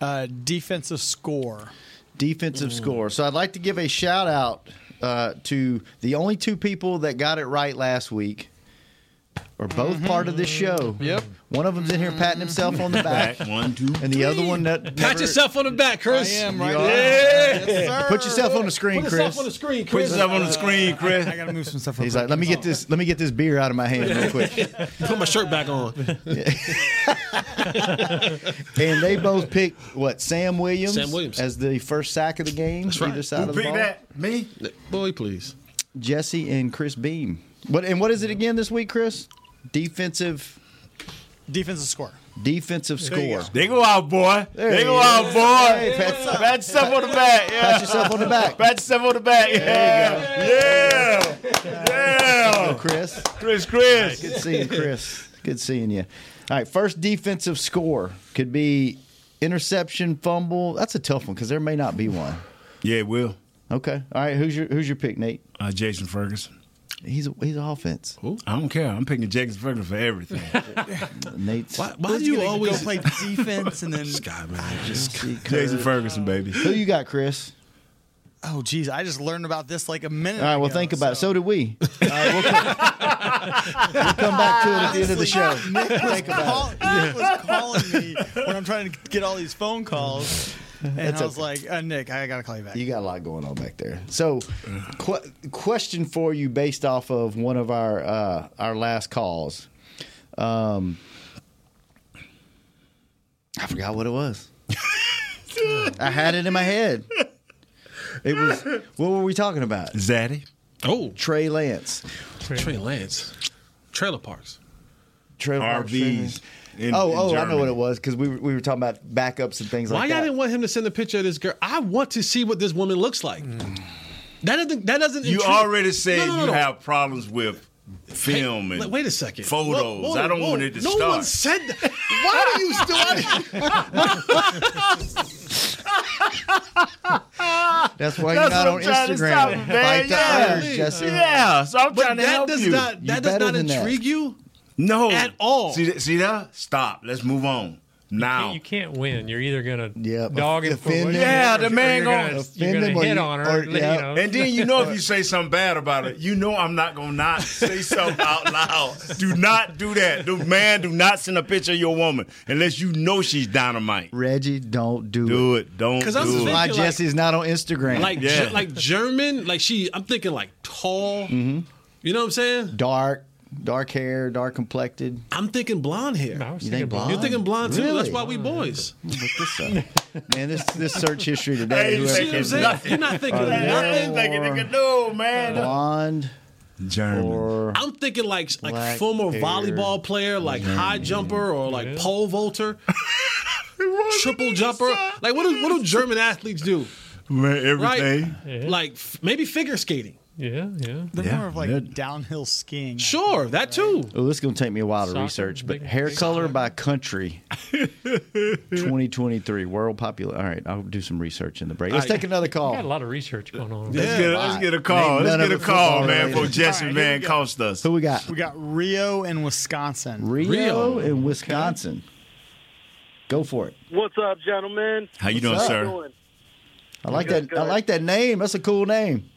Speaker 6: Uh, defensive score.
Speaker 1: Defensive score. So I'd like to give a shout out uh, to the only two people that got it right last week. Are both
Speaker 3: Mm-hmm.
Speaker 1: part of this show. Yep. One of them's in here patting himself on the back,
Speaker 5: One, two,
Speaker 1: and the other one that
Speaker 3: Pat
Speaker 1: never-
Speaker 3: yourself on the back, Chris.
Speaker 1: You
Speaker 3: You
Speaker 1: are?
Speaker 3: are.
Speaker 1: Put yourself on the screen,
Speaker 3: Put
Speaker 1: Chris.
Speaker 3: yourself on the screen, Chris. Uh,
Speaker 6: I gotta move some stuff.
Speaker 1: He's like, let me get this, let me get this beer out of my hand real quick.
Speaker 3: Put my shirt back on.
Speaker 1: And they both picked what Sam Williams,
Speaker 3: Sam Williams.
Speaker 1: as the first sack of the game,
Speaker 3: That's right.
Speaker 1: either side
Speaker 3: Who
Speaker 1: of the
Speaker 3: picked
Speaker 1: ball.
Speaker 5: that? Me,
Speaker 3: boy, please.
Speaker 1: Jesse and Chris Beam. What and what is it again this week, Chris? Defensive,
Speaker 6: defensive score,
Speaker 1: defensive
Speaker 5: There you
Speaker 1: score.
Speaker 5: go. They go out, boy.
Speaker 1: There
Speaker 5: they
Speaker 1: he
Speaker 5: go
Speaker 1: is.
Speaker 5: out, boy.
Speaker 1: Hey,
Speaker 5: pat, yourself on the back. Yeah.
Speaker 1: Pat yourself on the back.
Speaker 5: Pat yourself on the back. Yeah. Yeah. Yeah.
Speaker 1: Hello, Chris.
Speaker 5: Chris, Chris.
Speaker 1: Good seeing Chris. Good seeing you. All right, first defensive score could be interception, fumble. That's a tough one because there may not be one.
Speaker 5: Yeah, it will.
Speaker 1: Okay. All right. Who's your Who's your pick, Nate?
Speaker 5: Uh, Jason Ferguson.
Speaker 1: He's a, he's offense.
Speaker 5: I don't care. I'm picking Jason Ferguson for everything.
Speaker 1: Nate's.
Speaker 5: Why, why do you always
Speaker 6: go play defense and then
Speaker 3: Scott, man?
Speaker 1: Just
Speaker 5: Jason Ferguson, baby?
Speaker 1: Who you got, Chris?
Speaker 6: Oh, geez, I just learned about this like a minute.
Speaker 1: All right. Well,
Speaker 6: ago,
Speaker 1: think about it. So did we. All right, we'll, come, we'll come back to it at the end of the show.
Speaker 6: Nick was,
Speaker 1: Think
Speaker 6: call-
Speaker 1: about it.
Speaker 6: Nick was calling me when I'm trying to get all these phone calls, and
Speaker 1: That's
Speaker 6: I was
Speaker 1: okay.
Speaker 6: like, uh, "Nick, I gotta call you back."
Speaker 1: You got a lot going on back there. So, qu- question for you based off of one of our uh, our last calls. Um, I forgot what it was. I had it in my head. It was what were we talking about?
Speaker 5: Zaddy.
Speaker 3: Oh,
Speaker 1: Trey Lance.
Speaker 3: Trey Lance, trailer parks.
Speaker 1: Trey Lance.
Speaker 5: RVs in-
Speaker 1: oh, oh,
Speaker 5: in
Speaker 1: I know what
Speaker 5: Germany.
Speaker 1: it was because we were, we were talking about backups and things
Speaker 3: Why
Speaker 1: like
Speaker 3: y'all
Speaker 1: that.
Speaker 3: didn't want him to send a picture of this girl? I want to see what this woman looks like. That doesn't. That doesn't.
Speaker 5: You
Speaker 3: intrigue-
Speaker 5: already said
Speaker 3: No, no, no,
Speaker 5: you
Speaker 3: no.
Speaker 5: have problems with film
Speaker 3: Hey,
Speaker 5: and
Speaker 3: wait a second.
Speaker 5: photos.
Speaker 3: Whoa, whoa,
Speaker 5: I don't
Speaker 3: whoa.
Speaker 5: want it to
Speaker 3: no
Speaker 5: start.
Speaker 3: one said that. Why do you still?
Speaker 1: That's why you're not
Speaker 5: That's what
Speaker 1: on
Speaker 5: I'm trying to
Speaker 1: Instagram.
Speaker 5: stop, man.
Speaker 1: Fight the
Speaker 5: Yeah.
Speaker 1: urge, Jesse.
Speaker 5: Yeah, so I'm
Speaker 3: But
Speaker 5: trying to
Speaker 3: that
Speaker 5: help
Speaker 3: does
Speaker 5: you.
Speaker 3: not-
Speaker 1: You
Speaker 3: that does
Speaker 1: better
Speaker 3: not
Speaker 1: than that.
Speaker 3: intrigue you.
Speaker 5: no,
Speaker 3: at all.
Speaker 5: See that? See that? Stop. Let's move on now.
Speaker 4: You can't win. You're either gonna
Speaker 1: Yeah,
Speaker 4: dog him for
Speaker 1: offend
Speaker 4: what
Speaker 1: him.
Speaker 4: he
Speaker 5: Yeah, the
Speaker 4: does, or
Speaker 5: man
Speaker 4: you're
Speaker 5: gonna
Speaker 4: gonna, you're
Speaker 1: offend him
Speaker 4: gonna
Speaker 1: or
Speaker 4: hit
Speaker 1: you-
Speaker 4: on
Speaker 1: or-
Speaker 4: her. you
Speaker 1: yeah.
Speaker 4: know.
Speaker 5: And then you know if you say something bad about it, you know I'm not gonna not say something out loud. Do not do that. Do man, do not send a picture of your woman unless you know she's dynamite.
Speaker 1: Reggie, don't do,
Speaker 5: Do
Speaker 1: it.
Speaker 5: it. Don't
Speaker 3: 'Cause
Speaker 5: do
Speaker 3: I'm
Speaker 5: it.
Speaker 3: thinking-
Speaker 1: Why
Speaker 3: Like-
Speaker 1: Jesse's not on Instagram?
Speaker 3: Like,
Speaker 5: Yeah.
Speaker 3: like German. Like she. I'm thinking like tall. You know what I'm saying?
Speaker 1: Mm-hmm. dark, dark hair, dark complected.
Speaker 3: I'm thinking blonde hair.
Speaker 4: I was
Speaker 1: You
Speaker 4: thinking
Speaker 1: think
Speaker 4: about-
Speaker 1: blonde?
Speaker 3: You're thinking blonde too.
Speaker 1: Really?
Speaker 3: That's why we boys.
Speaker 1: Look this up. Man, this this search history today. whoever
Speaker 5: Hey,
Speaker 3: You know what I'm
Speaker 1: can
Speaker 5: Thinking
Speaker 3: saying?
Speaker 5: nothing.
Speaker 3: You're not
Speaker 5: Uh,
Speaker 3: thinking
Speaker 1: Are
Speaker 3: of
Speaker 1: they
Speaker 3: nothing.
Speaker 1: all-
Speaker 5: Thinking, nigga, no, man.
Speaker 1: blonde
Speaker 5: German.
Speaker 1: or
Speaker 3: I'm thinking like like
Speaker 1: Black
Speaker 3: former
Speaker 1: hair.
Speaker 3: volleyball player, like high jumper or like pole vaulter, triple jumper. Like what do what do German athletes do?
Speaker 5: Man,
Speaker 3: Right?
Speaker 5: everything.
Speaker 3: Like f- maybe figure skating.
Speaker 4: yeah, yeah.
Speaker 6: They're
Speaker 5: Yeah,
Speaker 6: more of like
Speaker 5: they're-
Speaker 6: downhill skiing.
Speaker 3: Sure, that too.
Speaker 1: oh, this is gonna take me a while to
Speaker 4: Soccer,
Speaker 1: research, but
Speaker 4: big-
Speaker 1: hair
Speaker 4: big
Speaker 1: color by country, 2023 world popular. All right, I'll do some research in the break. Let's
Speaker 3: All right.
Speaker 1: take another
Speaker 4: I got a
Speaker 1: call.
Speaker 4: lot of research going on.
Speaker 5: Let's, get a, let's get a call.
Speaker 1: Ain't
Speaker 5: Let's
Speaker 1: none
Speaker 5: get a
Speaker 1: of it
Speaker 5: call,
Speaker 1: football
Speaker 5: man,
Speaker 1: related.
Speaker 5: for Jesse,
Speaker 6: All right, here
Speaker 5: man,
Speaker 6: we go.
Speaker 5: cost us.
Speaker 1: Who we got?
Speaker 6: We got Rio and Wisconsin.
Speaker 1: Rio,
Speaker 3: Rio.
Speaker 1: in Wisconsin. Go for it.
Speaker 15: What's up, gentlemen?
Speaker 5: How you doing,
Speaker 1: up?
Speaker 5: sir?
Speaker 1: I like
Speaker 15: Good,
Speaker 1: that. I
Speaker 15: good.
Speaker 1: like that name. That's a cool name.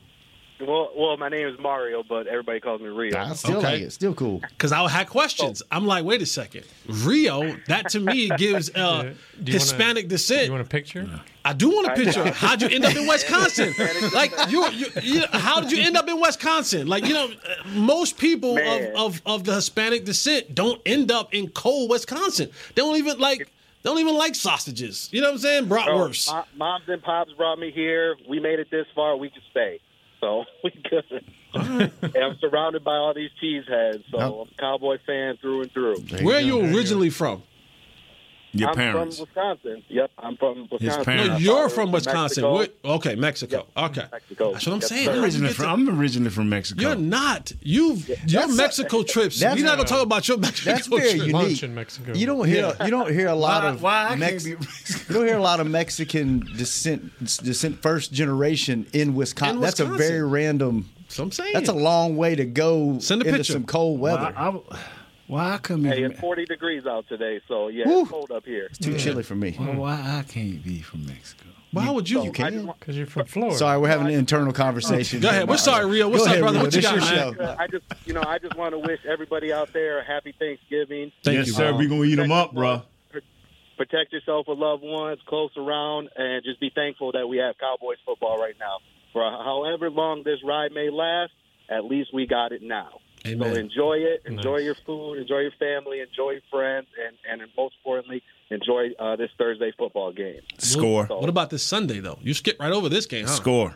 Speaker 15: Well, well, my name is Mario, but everybody calls me Rio.
Speaker 1: I still
Speaker 3: Okay.
Speaker 1: like it. Still cool.
Speaker 3: Because I had questions.
Speaker 4: Oh.
Speaker 3: I'm like, wait a second, Rio. That to me gives uh,
Speaker 4: Do you wanna-
Speaker 3: Hispanic
Speaker 4: You
Speaker 3: descent.
Speaker 4: want a picture?
Speaker 3: I do want a picture. How'd you end up in Wisconsin? like you, you, you how did you end up in Wisconsin? Like you know, uh, most people of,
Speaker 15: Man.
Speaker 3: of of the Hispanic descent don't end up in cold Wisconsin. They don't even like they don't even like sausages. You know what I'm saying?
Speaker 15: Bro,
Speaker 3: Bratwurst.
Speaker 15: my- moms and pops brought me here. We made it this far. We can stay. So we good. and I'm surrounded by all these cheese heads, so
Speaker 1: Oh.
Speaker 15: I'm a cowboy fan through and through.
Speaker 3: Where are you originally from?
Speaker 5: Your
Speaker 15: I'm
Speaker 5: parents.
Speaker 15: from Wisconsin. Yep, I'm from Wisconsin.
Speaker 5: parents.
Speaker 3: No,
Speaker 15: My
Speaker 3: you're
Speaker 15: father
Speaker 3: from
Speaker 15: was
Speaker 3: Wisconsin.
Speaker 15: Mexico.
Speaker 3: What- okay, Mexico. Okay,
Speaker 15: Mexico.
Speaker 3: that's what I'm
Speaker 15: Yes,
Speaker 3: saying.
Speaker 15: sir.
Speaker 3: How
Speaker 5: I'm
Speaker 3: did you
Speaker 5: originally
Speaker 3: get
Speaker 5: from,
Speaker 3: to-
Speaker 5: I'm originally from Mexico.
Speaker 3: You're not. You your
Speaker 1: That's a-
Speaker 3: Mexico trips. We're
Speaker 1: that's-
Speaker 3: not gonna talk about your Mexico
Speaker 1: That's very
Speaker 3: trips.
Speaker 1: unique.
Speaker 4: Lunch in Mexico.
Speaker 1: You don't hear you don't hear a lot
Speaker 5: Why-
Speaker 1: of
Speaker 5: why I can't
Speaker 1: Mex-
Speaker 5: be-
Speaker 1: you don't hear a lot of Mexican descent descent first generation in Wisconsin.
Speaker 3: In
Speaker 1: That's a
Speaker 3: Wisconsin.
Speaker 1: very random.
Speaker 3: That's what I'm saying.
Speaker 1: That's a long way to go
Speaker 3: Send a
Speaker 1: into
Speaker 3: picture.
Speaker 1: some cold weather.
Speaker 5: I, I, why I couldn't
Speaker 15: Hey,
Speaker 5: be
Speaker 15: it's 40 degrees out today, so yeah,
Speaker 1: Woo.
Speaker 15: it's cold up here.
Speaker 1: Too chilly for me.
Speaker 5: from, why I can't be from Mexico?
Speaker 3: Why would you?
Speaker 1: You
Speaker 15: I just
Speaker 1: can.
Speaker 15: want-
Speaker 4: because you're from Florida.
Speaker 1: Sorry, we're having an internal conversation.
Speaker 3: Go ahead. We're sorry, Rio. What's
Speaker 1: Go
Speaker 3: up,
Speaker 1: ahead,
Speaker 3: brother?
Speaker 1: Rio.
Speaker 3: What you
Speaker 1: This
Speaker 3: got,
Speaker 1: your
Speaker 3: man?
Speaker 1: show.
Speaker 15: I just, you know, I just want to wish everybody out there a happy Thanksgiving.
Speaker 3: Thank
Speaker 5: yes,
Speaker 3: you,
Speaker 5: sir.
Speaker 3: bro.
Speaker 5: we going to eat them up, bro.
Speaker 15: Protect yourself with loved ones, close around, and just be thankful that we have Cowboys football right now. For however long this ride may last, at least we got it now.
Speaker 3: Amen.
Speaker 15: So enjoy it. Enjoy
Speaker 4: Nice.
Speaker 15: your food. Enjoy your family. Enjoy your friends, and and most importantly, enjoy uh, this Thursday football game.
Speaker 5: Score.
Speaker 15: So-
Speaker 3: What about this Sunday though? You skipped right over this game, huh?
Speaker 5: Score.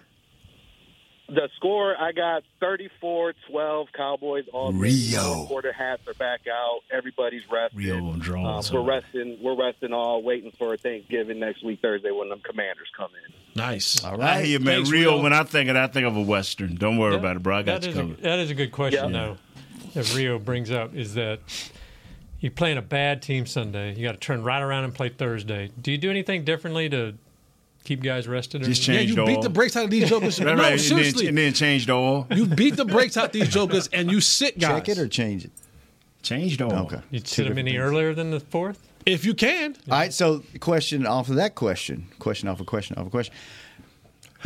Speaker 15: the score, I got 34-12 Cowboys all Rio. quarter hats are back out. Everybody's rested.
Speaker 3: Rio and draw.
Speaker 15: Uh, we're resting. We're resting all, waiting for Thanksgiving next week Thursday when them Commanders come in.
Speaker 3: Nice.
Speaker 5: All right. I hear you, man.
Speaker 3: Thanks,
Speaker 5: real,
Speaker 3: Rio.
Speaker 5: when I think of it, I think of a Western. Don't worry about it, bro. I got
Speaker 4: That
Speaker 5: you
Speaker 4: is, a,
Speaker 3: Um,
Speaker 5: covered.
Speaker 4: that is a good question,
Speaker 5: Yeah.
Speaker 4: though, that Rio brings up is that you're playing a bad team Sunday. You got to turn right around and play Thursday. Do you do anything differently to keep guys rested? or
Speaker 5: Just
Speaker 4: anything?
Speaker 5: change
Speaker 3: you beat the brakes out of these jokers.
Speaker 5: Right,
Speaker 3: no,
Speaker 5: right, and then-
Speaker 3: seriously.
Speaker 5: And then change the oil.
Speaker 3: you beat the brakes out these jokers and you sit guys.
Speaker 1: Check it or change it?
Speaker 5: Change the oil.
Speaker 1: Okay.
Speaker 4: You'd sit them any earlier than the fourth?
Speaker 3: If you can.
Speaker 1: All right. So, question off of that question, question off of question off of question.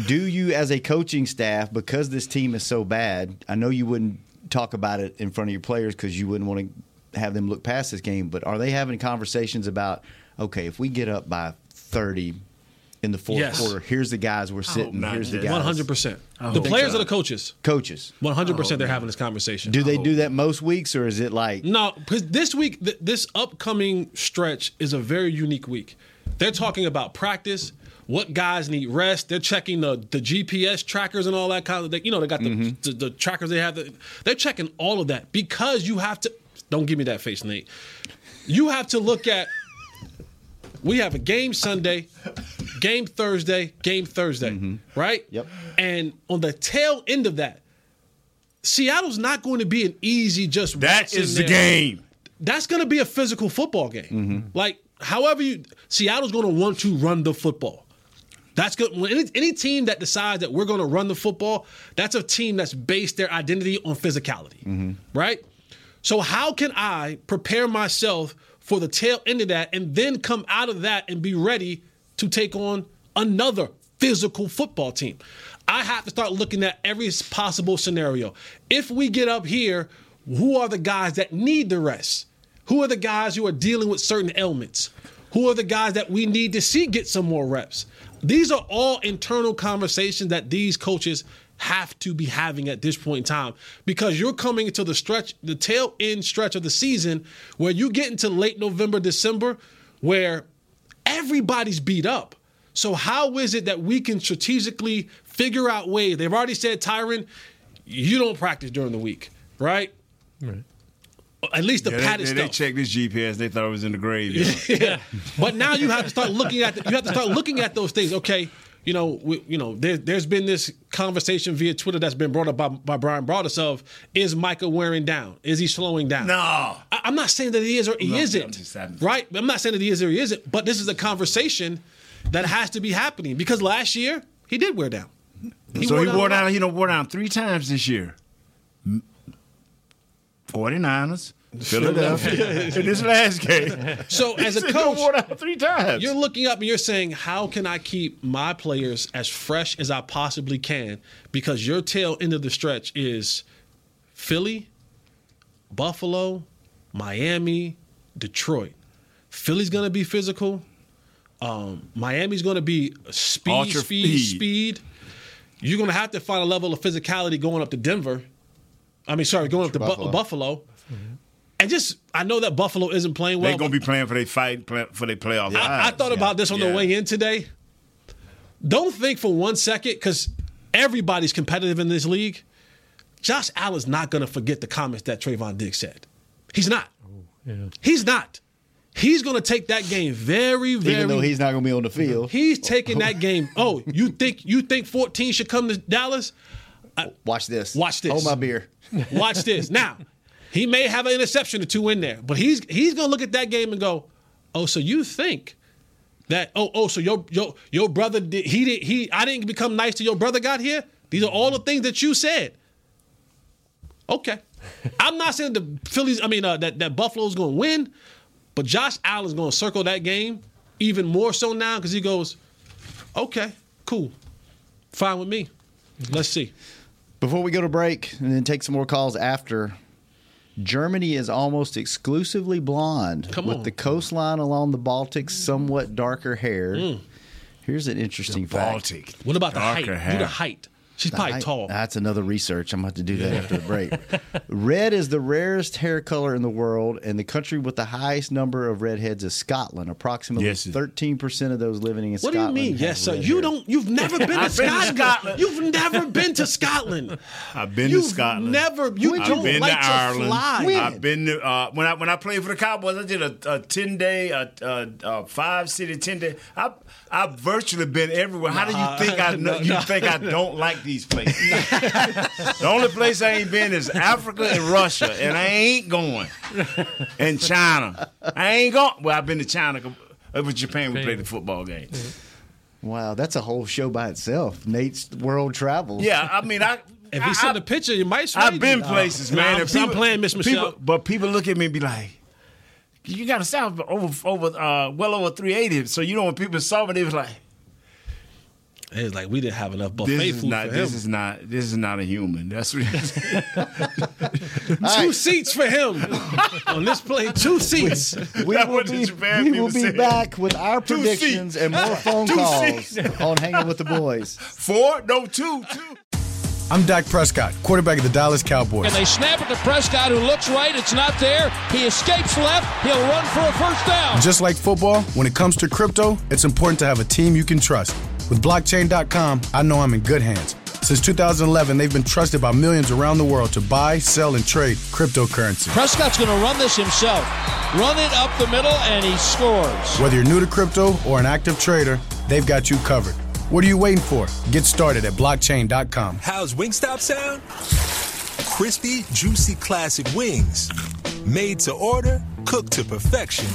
Speaker 1: Do you, as a coaching staff, because this team is so bad, I know you wouldn't talk about it in front of your players because you wouldn't want to have them look past this game, but are they having conversations about, okay, if we get up by 30 in the fourth
Speaker 3: Yes.
Speaker 1: quarter, here's the guys we're Oh, sitting, here's the guys.
Speaker 3: One hundred percent.
Speaker 1: I
Speaker 3: The
Speaker 1: hope
Speaker 3: players
Speaker 1: so. Oh,
Speaker 3: are the coaches.
Speaker 1: Coaches.
Speaker 3: One hundred percent. They're
Speaker 1: I hope
Speaker 3: having this conversation. Oh.
Speaker 1: Do they do that most weeks or is it like,
Speaker 3: No, because this week, th- this upcoming stretch is a very unique week. They're talking about practice, what guys need rest. They're checking the, the GPS trackers and all that kind of. They, you know, they got the,
Speaker 1: Mm-hmm.
Speaker 3: the the trackers they have. They're checking all of that because you have to. Don't give me that face, Nate. You have to look at. We have a game Sunday, game Thursday, game Thursday, right? Yep. And on the tail end of that, Seattle's not going to be an easy just. That
Speaker 5: is the game.
Speaker 3: That's going to be a physical football game.
Speaker 5: Mm-hmm.
Speaker 3: Like, however you, Seattle's going to want to run the football. That's good. When any, any team that decides that we're going to run the football, that's a team that's based their identity on physicality,
Speaker 5: Mm-hmm.
Speaker 3: right? So how can I prepare myself for the tail end of that and then come out of that and be ready to take on another physical football team? I have to start looking at every possible scenario. If we get up here, who are the guys that need the rest? Who are the guys who are dealing with certain ailments? Who are the guys that we need to see get some more reps? These are all internal conversations that these coaches have to be having at this point in time because you're coming into the stretch, the tail end stretch of the season where you get into late November, December, where everybody's beat up. So how is it that we can strategically figure out ways? They've already said, Tyron, you don't practice during the week, right?
Speaker 4: Right.
Speaker 3: At least the
Speaker 5: Yeah, they,
Speaker 3: padded
Speaker 5: they,
Speaker 3: stuff.
Speaker 5: they checked this GPS. They thought it was in the graveyard.
Speaker 3: Yeah. But now you have to start looking at the, you have to start looking at those things. Okay, you know, we, you know, there, there's been this conversation via Twitter that's been brought up by, by Brian Broadus of is Micah wearing down? Is he slowing down? No, I, am not saying that he is or he
Speaker 5: No, I'm
Speaker 3: isn't. right? I'm not saying that he is or he isn't. But this is a conversation that has to be happening because last year he did wear down.
Speaker 5: so he wore
Speaker 3: a lot.
Speaker 5: down, you know, wore down three times this year. 49ers, Philadelphia, in this last game.
Speaker 3: So as a
Speaker 5: He
Speaker 3: coach,
Speaker 5: wore down three times.
Speaker 3: You're looking up and you're saying, "How can I keep my players as fresh as I possibly can?" Because your tail end of the stretch is Philly, Buffalo, Miami, Detroit. Philly's going to be physical. Um, Miami's going to be speed,
Speaker 5: Ultra
Speaker 3: speed,
Speaker 5: speed.
Speaker 3: speed. You're going to have to find a level of physicality going up to Denver. I mean, sorry, going up to Buffalo.
Speaker 5: Buffalo.
Speaker 3: Buffalo. And just, I know that Buffalo isn't playing well.
Speaker 5: They're gonna be playing for their fight play, for their playoff.
Speaker 3: I, I
Speaker 5: lives.
Speaker 3: thought about this on
Speaker 5: Yeah.
Speaker 3: the way in today. Don't think for one second, because everybody's competitive in this league. Josh Allen's not going to forget the comments that Trayvon Diggs said. He's not. He's not. He's going to take that game very, very.
Speaker 1: even though he's not going to be on the field?
Speaker 3: He's taking that game. Oh, you think you think 14 should come to Dallas?
Speaker 1: watch this.
Speaker 3: Watch this.
Speaker 1: Hold my beer.
Speaker 3: Watch this. Now, he may have an interception or two in there, but he's he's gonna look at that game and go, "Oh, so you think that? Oh, oh, so your your your brother did he did he? I didn't become nice to your brother. Got here. These are all the things that you said. Okay, I'm not saying the Phillies. I mean uh, that that Buffalo's gonna win, but Josh Allen's gonna circle that game even more so now because he goes, "Okay, cool, fine with me. Let's see."
Speaker 1: Before we go to break and then take some more calls after, Germany is almost exclusively blonde with the coastline along the Baltic
Speaker 3: Mm.
Speaker 1: somewhat darker hair. Here's an interesting fact.
Speaker 5: Baltic.
Speaker 3: What about the height?
Speaker 1: Darker
Speaker 3: Do
Speaker 1: hair.
Speaker 3: the height. She's probably
Speaker 1: I-
Speaker 3: tall.
Speaker 1: That's another research. I'm going to have to do that after the break. Red is the rarest hair color in the world, and the country with the highest number of redheads is Scotland. Approximately 13% of those living in
Speaker 3: What do you
Speaker 1: Scotland.
Speaker 3: mean?
Speaker 1: have
Speaker 3: Yes, sir.
Speaker 1: red
Speaker 3: You
Speaker 1: hair.
Speaker 3: don't. You've never been to
Speaker 1: I've been to
Speaker 3: Scotland.
Speaker 1: Scotland.
Speaker 3: You've never been to Scotland.
Speaker 5: I've been
Speaker 3: You've
Speaker 5: to Scotland.
Speaker 3: never- you
Speaker 5: I've
Speaker 3: don't
Speaker 5: been
Speaker 3: like
Speaker 5: to
Speaker 3: to
Speaker 5: Ireland.
Speaker 3: fly.
Speaker 5: I've been to uh, when I when I played for the Cowboys. I did a, a ten day, a, a, a five city, ten day. I I've virtually been everywhere. How do
Speaker 3: Nah.
Speaker 5: you think I know?
Speaker 3: No,
Speaker 5: you
Speaker 3: no.
Speaker 5: think I don't like these places? the only place I ain't been is Africa and Russia, and I ain't going. And China, I ain't going. Well, I've been to China. uh, With Japan, we played the football game.
Speaker 1: Wow, that's a whole show by itself. Nate's world travels.
Speaker 5: Yeah, I mean, I.
Speaker 3: If
Speaker 5: I-
Speaker 3: you
Speaker 5: I-
Speaker 3: saw the picture, you might. sway
Speaker 5: I've been
Speaker 3: you.
Speaker 5: places,
Speaker 3: Nah,
Speaker 5: man.
Speaker 3: I'm,
Speaker 5: If
Speaker 3: I'm playing Miss Michelle.
Speaker 5: people- but people look at me and be like, "You got to stop over over uh, well over three eighty. So you know when people saw me, they was like,
Speaker 3: it's like we didn't have enough buffet
Speaker 5: "This is
Speaker 3: food
Speaker 5: not.
Speaker 3: for
Speaker 5: This
Speaker 3: him.
Speaker 5: is not. This is not a human." That's what. It is.
Speaker 3: Two seats for him on this plane. Two seats.
Speaker 1: We will be, we will be back with our
Speaker 3: Two
Speaker 1: predictions
Speaker 3: seats.
Speaker 1: and more phone
Speaker 3: Two
Speaker 1: calls
Speaker 3: seats.
Speaker 1: on Hanging with the Boys.
Speaker 5: Four? No, Oh, two. Two.
Speaker 16: I'm Dak Prescott, quarterback of the Dallas Cowboys.
Speaker 2: And they snap it to Prescott, who looks right. It's not there. He escapes left. He'll run for a first down.
Speaker 16: Just like football, when it comes to crypto, it's important to have a team you can trust. With blockchain.com, I know I'm in good hands. Since 2011, they've been trusted by millions around the world to buy, sell, and trade cryptocurrency.
Speaker 2: Prescott's going to run this himself. Run it up the middle, and he scores.
Speaker 16: Whether you're new to crypto or an active trader, they've got you covered. What are you waiting for? Get started at blockchain.com.
Speaker 14: How's Wingstop sound? Crispy, juicy, classic wings. Made to order, cooked to perfection,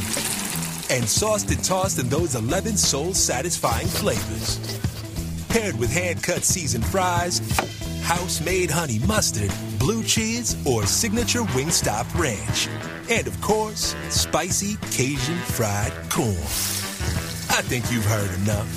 Speaker 14: and sauced and tossed in those 11 soul satisfying flavors. Paired with hand cut seasoned fries, house made honey mustard, blue cheese, or signature Wingstop ranch. And of course, spicy Cajun fried corn. I think you've heard enough.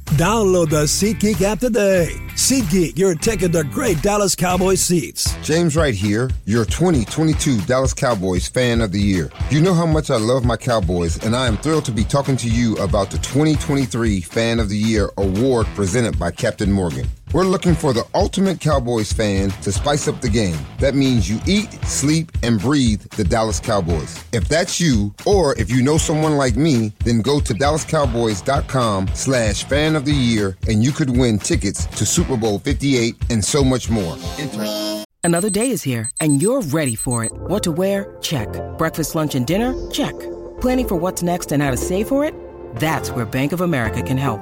Speaker 13: Download the SeatGeek app today. SeatGeek, your ticket to great Dallas Cowboys seats.
Speaker 17: James Wright here, your 2022 Dallas Cowboys Fan of the Year. You know how much I love my Cowboys, and I am thrilled to be talking to you about the 2023 Fan of the Year award presented by Captain Morgan. We're looking for the ultimate Cowboys fan to spice up the game. That means you eat, sleep, and breathe the Dallas Cowboys. If that's you, or if you know someone like me, then go to dallascowboys.com slash fan of the year and you could win tickets to Super Bowl 58 and so much more.
Speaker 18: Another day is here, and you're ready for it. What to wear? Check. Breakfast, lunch, and dinner? Check. Planning for what's next and how to save for it? That's where Bank of America can help.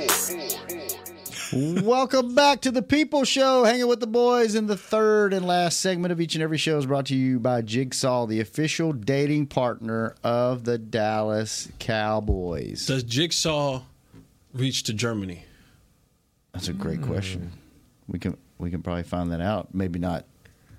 Speaker 1: Welcome back to the People Show, hanging with the boys in the third and last segment of each and every show is brought to you by Jigsaw, the official dating partner of the Dallas Cowboys.
Speaker 3: Does Jigsaw reach to Germany?
Speaker 1: That's a great question. We can we can probably find that out. Maybe not.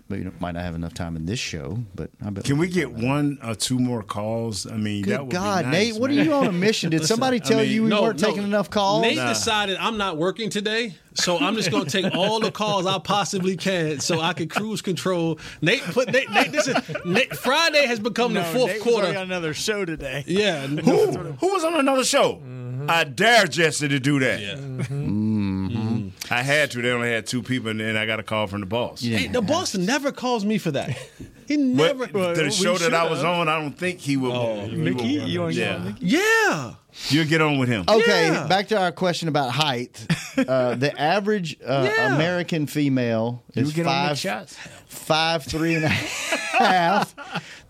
Speaker 1: Maybe not- might not have enough time in this show, Oh, but I bet.
Speaker 5: Can we get one or two more calls? I mean,
Speaker 1: Good
Speaker 5: that would be
Speaker 1: God,
Speaker 5: nice,
Speaker 1: Nate, what are
Speaker 5: man.
Speaker 1: you on a mission? Did somebody tell you we weren't taking enough calls?
Speaker 3: Nate
Speaker 1: Nah.
Speaker 3: decided I'm not working today, so I'm just going to take all the calls I possibly can, so I can cruise control. Nate put Nate. Nate this is Nate, Friday has become the
Speaker 6: No,
Speaker 3: fourth
Speaker 6: Nate was
Speaker 3: quarter.
Speaker 6: already on another show today.
Speaker 3: Yeah.
Speaker 5: Who, who was on another show?
Speaker 3: Mm-hmm.
Speaker 5: I dare Jesse to do that. Mm-hmm.
Speaker 3: Mm-hmm.
Speaker 5: I had to. They only had two people, and then I got a call from the boss.
Speaker 3: Hey, the boss never calls me for that. He never.
Speaker 5: But the show that I was on, I don't think he would. he would-
Speaker 3: Mickey? Oh, You on- you on
Speaker 5: yeah.
Speaker 3: yeah.
Speaker 5: You'll get on with him.
Speaker 1: Okay, back to our question about height. Uh, the average uh,
Speaker 5: Yeah.
Speaker 1: American female
Speaker 5: You
Speaker 1: is
Speaker 5: get on the
Speaker 1: five,
Speaker 5: chest.
Speaker 1: five, three and a half.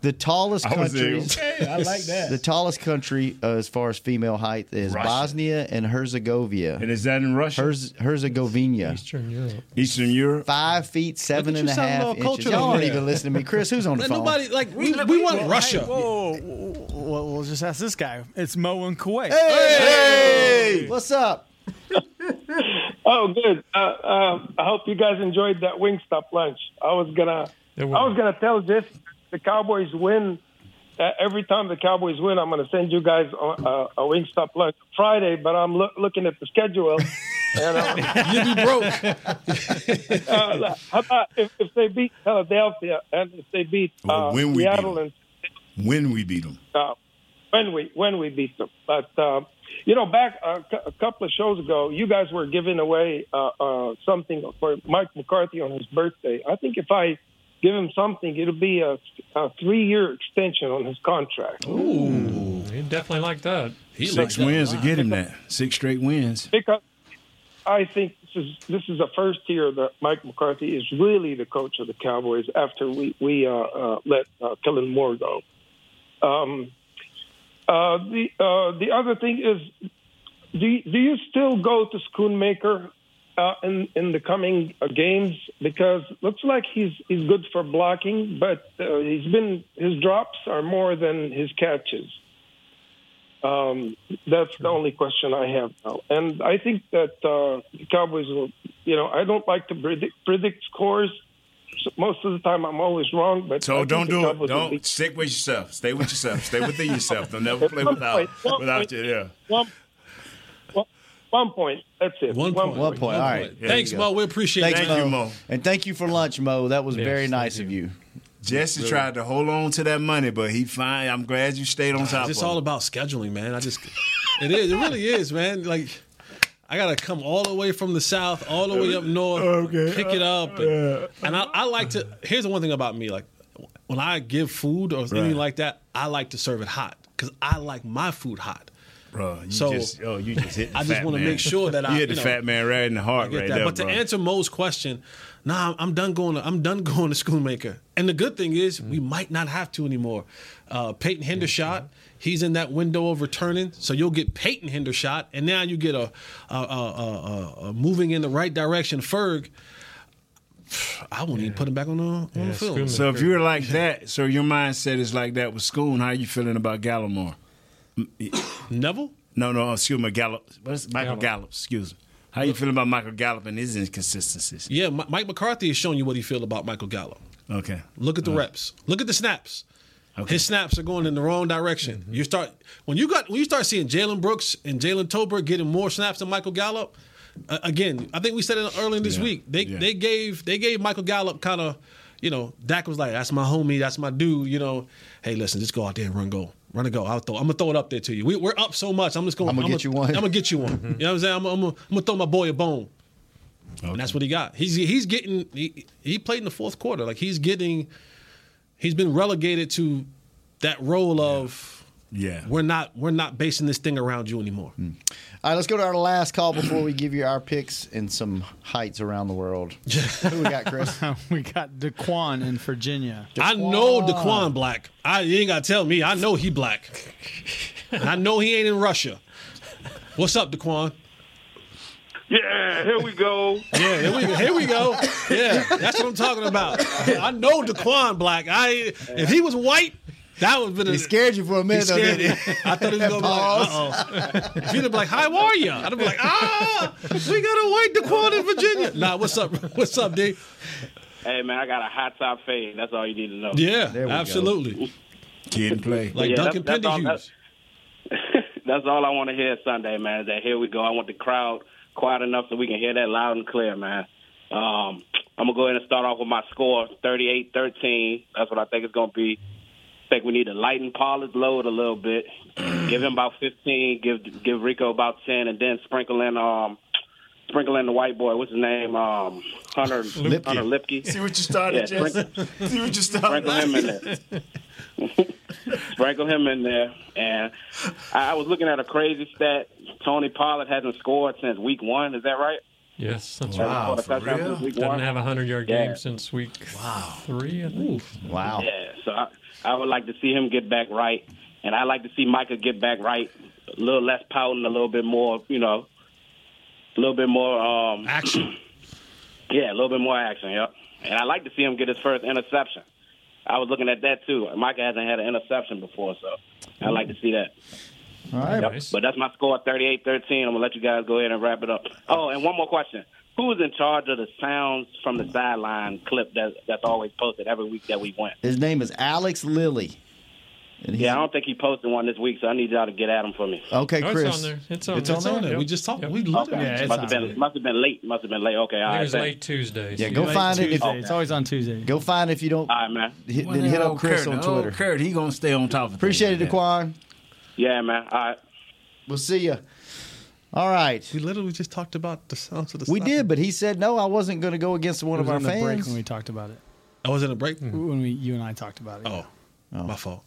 Speaker 1: the tallest
Speaker 5: I was
Speaker 1: country.
Speaker 5: there. Hey, I like that.
Speaker 1: The tallest country uh, as far as female height is
Speaker 5: Russia.
Speaker 1: Bosnia and Herzegovina. And
Speaker 5: is that in Russia?
Speaker 1: Herz- Herzegovina.
Speaker 4: Eastern Europe.
Speaker 5: Eastern Europe.
Speaker 1: Five feet seven
Speaker 5: you
Speaker 1: and a
Speaker 5: sound a
Speaker 1: half
Speaker 5: little
Speaker 1: inches.
Speaker 5: cultural
Speaker 1: Y'all aren't
Speaker 5: there.
Speaker 1: even listening to me, Chris. Who's on the
Speaker 6: Let
Speaker 1: phone?
Speaker 6: nobody-
Speaker 3: like
Speaker 6: we,
Speaker 1: Let
Speaker 6: we
Speaker 1: me-
Speaker 6: want
Speaker 1: Hey,
Speaker 6: Russia.
Speaker 1: whoa,
Speaker 6: Well, we'll just ask this guy. It's Mo in Kuwait.
Speaker 1: Hey! What's up?
Speaker 19: oh, good. Uh, uh, I hope you guys enjoyed that Wingstop lunch. I was gonna, I was gonna tell Jeff the Cowboys win. Uh, every time the Cowboys win, I'm gonna send you guys a, a, a Wingstop lunch Friday. But I'm loo- looking at the schedule. and I'm,
Speaker 3: You'll be broke.
Speaker 19: uh, how about if, if they beat Philadelphia and if they beat uh,
Speaker 5: Well, when we beat
Speaker 19: Seattle and
Speaker 5: When we beat them.
Speaker 19: uh, when we when we beat them. But um, you know, back a cou- a couple of shows ago, you guys were giving away uh, uh, something for Mike McCarthy on his birthday. I think if I give him something, it'll be a, a three-year extension on his contract.
Speaker 4: Ooh, he definitely like that.
Speaker 5: Six wins to get him that. Six straight wins.
Speaker 19: Because I think this is this is the first year that Mike McCarthy is really the coach of the Cowboys after we we uh, uh, let uh, Kellen Moore go. Um, uh, the uh, the other thing is, do do you still go to Schoonmaker uh, in in the coming uh, games? Because looks like he's he's good for blocking, but uh, he's been his drops are more than his catches. Um, that's the only question I have now. And I think that uh, the Cowboys will, you know, I don't like to predict, predict scores. So most of the time, I'm always wrong. But I
Speaker 5: So
Speaker 19: think
Speaker 5: don't
Speaker 19: the
Speaker 5: do it.
Speaker 19: Cowboys will
Speaker 5: Don't stick with yourself. Stay with yourself. Stay within yourself. Don't never play
Speaker 19: One
Speaker 5: without
Speaker 19: point.
Speaker 5: without you. Yeah.
Speaker 19: One, one- one point. That's it.
Speaker 5: One
Speaker 1: point. One point. All right. There you go. Thanks, And thank you for lunch, Mo. That was very nice of you.
Speaker 5: Jesse
Speaker 1: Really.
Speaker 5: tried to hold on to that money, but he fine. I'm glad you stayed on top.
Speaker 3: It's
Speaker 5: of
Speaker 3: all
Speaker 5: it.
Speaker 3: about scheduling, man. I just it is. It really is, man. Like I gotta come all the way from the south, all the way up north, pick it up, and, and I, I like to. Here's the one thing about me: like when I give food or anything
Speaker 5: Right.
Speaker 3: like that, I like to serve it hot because I like my food hot.
Speaker 5: Bro, you
Speaker 3: So,
Speaker 5: just oh, you just hit. The
Speaker 3: I just
Speaker 5: want to
Speaker 3: make sure that
Speaker 5: you
Speaker 3: I
Speaker 5: hit the
Speaker 3: you know,
Speaker 5: fat man right in the
Speaker 3: I
Speaker 5: heart
Speaker 3: get
Speaker 5: right
Speaker 3: that.
Speaker 5: there.
Speaker 3: but
Speaker 5: bro.
Speaker 3: to answer Mo's question, nah, I'm- I'm done going. To, I'm done going to Schoonmaker. And the good thing is, we might not have to anymore. Uh, Peyton Hendershot, he's in that window of returning, so you'll get Peyton Hendershot, and now you get a, a, a, a, a, a moving in the right direction. Ferg, I won't even put him back on the on the field.
Speaker 5: So if you were like that, so your mindset is like that with Schoon. How you feeling about Gallimore?
Speaker 3: Neville?
Speaker 5: No, no. Excuse me, Gallup. What's Michael
Speaker 3: Gallup.
Speaker 5: Gallup. Excuse me. How you feeling about Michael Gallup and his inconsistencies?
Speaker 3: yeah, Mi- Mike McCarthy is showing you what he feel about Michael Gallo.
Speaker 5: Okay.
Speaker 3: Look at the reps. Look at the snaps. His snaps are going in the wrong direction. You start when you got when you start seeing Jalen Brooks and Jalen Tolbert getting more snaps than Michael Gallup. Uh, again, I think we said it earlier this week. They they gave they gave Michael Gallup kind of you know Dak was like that's my homie, that's my dude. You know, hey listen, just go out there and run go. Run and go. I'll throw. I'm gonna throw it up there to you. We, we're up so much. I'm just going.
Speaker 1: I'ma get you one. Mm-hmm.
Speaker 3: I'm gonna get you one. You know what I'm saying? I'm, I'm, gonna- I'm gonna throw my boy a bone. And that's what he got. He's he's getting he, he played in the fourth quarter. Like he's getting he's been relegated to that role of
Speaker 5: yeah.
Speaker 3: We're not we're not basing this thing around you anymore.
Speaker 1: Mm. All right, let's go to our last call before we give you our picks and some heights around the world. Who we got, Chris?
Speaker 6: we got Daquan in Virginia.
Speaker 3: I know Daquan black. I you ain't gotta tell me. I know he black. and I know he ain't in Russia. What's up, Daquan?
Speaker 15: Yeah, here we go.
Speaker 3: Yeah, here we, here we go. Yeah, that's what I'm talking about. I know Daquan Black. I if he was white, that would have been. A, he
Speaker 1: scared you for a minute, though, didn't he?
Speaker 3: I thought he was gonna be like, uh oh. He'd have been like, "How are you?" I'd have been like, "Ah, we got a white Daquan in Virginia." Nah, what's up? What's up, D?
Speaker 20: Hey man, I got a hot top fade. That's all you need to know.
Speaker 3: Yeah, absolutely.
Speaker 5: Kid and play.
Speaker 3: Like
Speaker 20: Yeah,
Speaker 3: Duncan
Speaker 20: that's- that's all-
Speaker 3: Penderhughes.
Speaker 20: That's all I want to hear Sunday, man. Is that here we go. I want the crowd quiet enough so we can hear that loud and clear, man. Um, I'm gonna go ahead and start off with my score, 38-13. That's what I think it's gonna be. I think we need to lighten Pollard's load a little bit. give him about 15. Give give Rico about 10, and then sprinkle in um sprinkle in the white boy. What's his name? Um, Hunter
Speaker 5: Lipke.
Speaker 20: Hunter Lipke.
Speaker 5: See what you started,
Speaker 20: Yeah,
Speaker 5: Jesse. See what you started.
Speaker 20: Sprinkle him in there. Sprinkle him in there. And I I was looking at a crazy stat. Tony Pollard hasn't scored since week one. Is that right?
Speaker 4: Yes, that's
Speaker 20: Wow,
Speaker 4: right.
Speaker 20: for Touchdown real? since week
Speaker 4: Doesn't
Speaker 20: one.
Speaker 4: have a hundred yard
Speaker 20: Yeah.
Speaker 4: game since week wow. three, I think.
Speaker 1: Wow.
Speaker 20: Yeah. So I, I would like to see him get back right, and I like to see Micah get back right, a little less pouting, a little bit more, you know, a little bit more um,
Speaker 3: action.
Speaker 20: yeah, a little bit more action. Yep. And I like to see him get his first interception. I was looking at that too. Micah hasn't had an interception before, so I like to see that.
Speaker 1: All right.
Speaker 20: Yep. But that's my score, 38-13. I'm gonna let you guys go ahead and wrap it up. Oh, and one more question: Who's in charge of the sounds from the sideline clip that that's always posted every week that we went?
Speaker 1: His name is Alex Lilly. And he's-
Speaker 20: Yeah, I don't think he posted one this week, so I need y'all to get at him for me.
Speaker 1: Okay, No, it's Chris. on there.
Speaker 4: It's on- It's on it's on there. there. We Yep. just talked- we looked
Speaker 20: Okay.
Speaker 4: at it. Yeah, it's
Speaker 20: must have
Speaker 4: on
Speaker 20: been
Speaker 4: there.
Speaker 20: must have been late. Must have been late. Okay, all
Speaker 4: I
Speaker 20: right.
Speaker 4: think it was
Speaker 20: thanks.
Speaker 4: late Tuesdays.
Speaker 1: Yeah, go find it.
Speaker 20: Tuesday. It's
Speaker 1: always
Speaker 6: on Tuesday.
Speaker 1: Go find it if you don't.
Speaker 20: All right, man.
Speaker 1: Hit, then hit up
Speaker 20: old
Speaker 1: Chris
Speaker 20: Kurt,
Speaker 1: on
Speaker 20: the
Speaker 5: oh,
Speaker 1: Twitter.
Speaker 20: old
Speaker 1: Kurt, he gonna stay on top of. Appreciate it, Daquan.
Speaker 20: Yeah, man. All right.
Speaker 1: We'll see you. All right.
Speaker 3: We literally just talked about the sounds of the.
Speaker 1: We did, but he said no. I wasn't going to go against one
Speaker 6: It
Speaker 1: of
Speaker 6: was
Speaker 1: our
Speaker 6: on the break
Speaker 1: fans.
Speaker 6: when we talked about it.
Speaker 3: I was in a break
Speaker 6: when we you and I talked about it. Oh,
Speaker 1: My
Speaker 3: fault.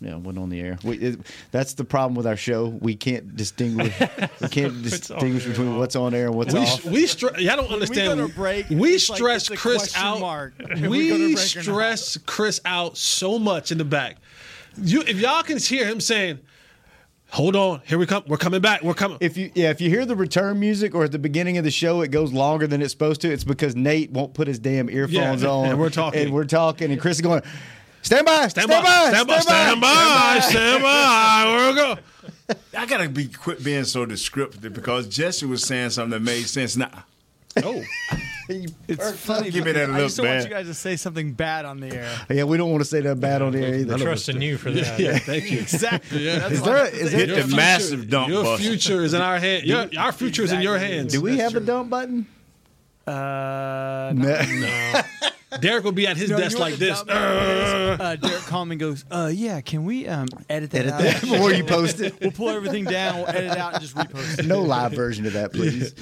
Speaker 1: Yeah, went on the air. We, it, that's the problem with our show. We can't distinguish. we can't distinguish between what's on air and what's
Speaker 3: we
Speaker 1: off.
Speaker 3: we stre- y'all don't
Speaker 1: When we
Speaker 3: understand.
Speaker 1: go to break,
Speaker 3: we
Speaker 1: it's like
Speaker 3: stress
Speaker 1: it's a
Speaker 3: Chris
Speaker 1: question
Speaker 3: out.
Speaker 1: mark. If
Speaker 3: We,
Speaker 1: we go to break or not.
Speaker 3: stress Chris out so much in the back. You, if y'all can hear him saying, "Hold on, here we come. We're coming back. We're coming."
Speaker 1: If you yeah, if you hear the return music or at the beginning of the show, it goes longer than it's supposed to. It's because Nate won't put his damn earphones
Speaker 3: Yeah,
Speaker 1: on.
Speaker 3: and we're talking.
Speaker 1: and we're talking, and Chris is going. Stand by, stand, by,
Speaker 5: stand by, stand by, stand by.
Speaker 3: Where we go?
Speaker 5: I gotta be quit being so descriptive because Jesse was saying something that made sense. Now,
Speaker 3: oh,
Speaker 6: it's
Speaker 5: Or-
Speaker 6: funny.
Speaker 5: Give me
Speaker 6: but
Speaker 5: that
Speaker 6: I
Speaker 5: look,
Speaker 6: just don't want
Speaker 5: man.
Speaker 6: you guys to say something bad on the air.
Speaker 1: Yeah, we don't want to say that bad on the air either.
Speaker 6: None of us do.
Speaker 3: Yeah, thank you.
Speaker 6: Exactly.
Speaker 3: Yeah.
Speaker 1: Is there- is there- Hit the
Speaker 3: Your future-
Speaker 1: massive dump
Speaker 3: Your
Speaker 1: button.
Speaker 3: future is in our hand. Your,
Speaker 1: Do-
Speaker 3: our future is in your
Speaker 1: Exactly.
Speaker 3: hands.
Speaker 1: Do we have a dump button?
Speaker 6: Uh,
Speaker 1: no.
Speaker 3: Derek will be at his
Speaker 6: No, you
Speaker 3: desk
Speaker 6: know what
Speaker 3: like
Speaker 6: the
Speaker 3: this.
Speaker 6: dumb part is? Uh, Derek Coleman goes, uh, "Yeah, can we um, edit that
Speaker 1: Edit
Speaker 6: out
Speaker 1: that before you post it.
Speaker 6: We'll pull everything down. We'll edit it out and just repost it."
Speaker 1: no live version of that, please.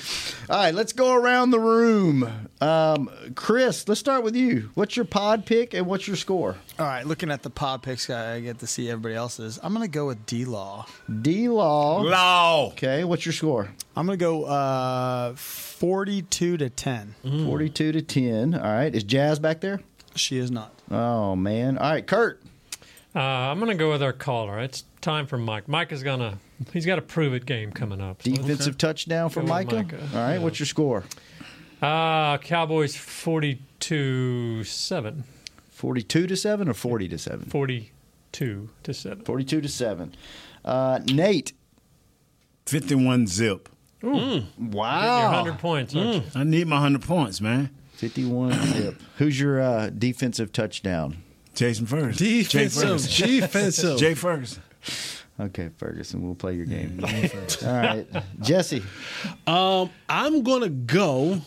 Speaker 1: All right, let's go around the room. Um, Chris, let's start with you. What's your pod pick and what's your score?
Speaker 6: All right, looking at the pod picks, I I get to see everybody else's. I'm gonna go with D Law.
Speaker 1: D Law.
Speaker 5: Law.
Speaker 1: Okay, what's your score?
Speaker 6: I'm gonna go uh, 42 to 10.
Speaker 1: 42 Mm. to 10. All right, is Jazz back there?
Speaker 6: She is not.
Speaker 1: Oh, man. All right, Kurt.
Speaker 4: Uh, I'm going to go with our caller. It's time for Mike. Mike is going to, he's got a prove it game coming up.
Speaker 1: Defensive touchdown for
Speaker 4: Go with
Speaker 1: Micah.
Speaker 4: Micah.
Speaker 1: All right, what's your score?
Speaker 4: Uh, Cowboys 42 7.
Speaker 1: 42 to 7 or 40 to 7?
Speaker 4: 42 to 7.
Speaker 1: 42 to 7. Uh, Nate.
Speaker 5: 51 zip.
Speaker 3: Mm.
Speaker 4: Your
Speaker 1: Wow.
Speaker 4: 100 points, aren't you?
Speaker 5: Mm, I need my 100 points, man.
Speaker 1: 51 zip. Who's your uh, defensive touchdown?
Speaker 5: Jason Ferguson. Jay
Speaker 3: Defensive.
Speaker 5: Ferguson.
Speaker 3: Defensive.
Speaker 5: Jay Ferguson.
Speaker 1: Okay, Ferguson, we'll play your game. All right, Jesse.
Speaker 3: Um, I'm gonna go.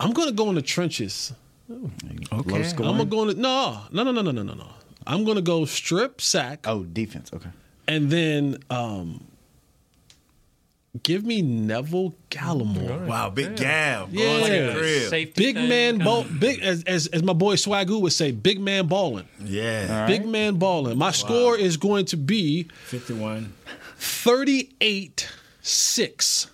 Speaker 3: I'm gonna go in the trenches.
Speaker 1: Okay. Low scoring?
Speaker 3: I'm gonna go in. The, no, no, no, no, no, no, no, no. I'm gonna go strip sack.
Speaker 1: Oh, defense. Okay.
Speaker 3: And then, um, give me Neville Gallimore.
Speaker 5: Wow, big Gav.
Speaker 3: Yeah,
Speaker 5: Going to the crib.
Speaker 3: big man ball. Big as, as as my boy Swagoo would say, big man balling.
Speaker 5: Yeah.
Speaker 3: Big man balling. My score is going to be
Speaker 5: 51.
Speaker 3: 38 6.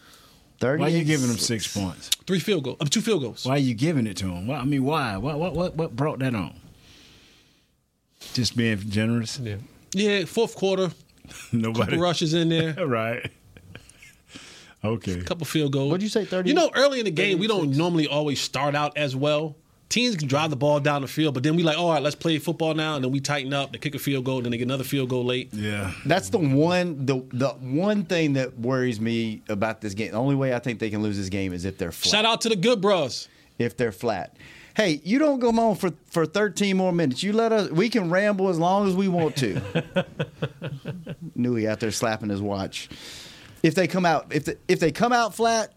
Speaker 5: Why you giving him six points?
Speaker 3: Three field goals. Um, two field goals.
Speaker 5: Why are you giving it to him? Why, I mean, why? What, what, what, what brought that on? Just being generous?
Speaker 4: Yeah.
Speaker 3: Yeah, fourth quarter.
Speaker 5: Nobody.
Speaker 3: Couple rushes in there.
Speaker 5: right. Okay.
Speaker 3: Couple field goals. What'd
Speaker 1: you say, 30?
Speaker 3: You know, early in the game, we don't normally always start out as well. Teams can drive the ball down the field, but then we like, all right, let's play football now. And then we tighten up. They kick a field goal. Then they get another field goal late.
Speaker 5: Yeah.
Speaker 1: That's the one the the one thing that worries me about this game. The only way I think they can lose this game is if they're flat.
Speaker 3: Shout out to the good bros.
Speaker 1: If they're flat. Hey, you don't come on for, for 13 more minutes. You let us we can ramble as long as we want to. Nui out there slapping his watch. If they come out if the, if they come out flat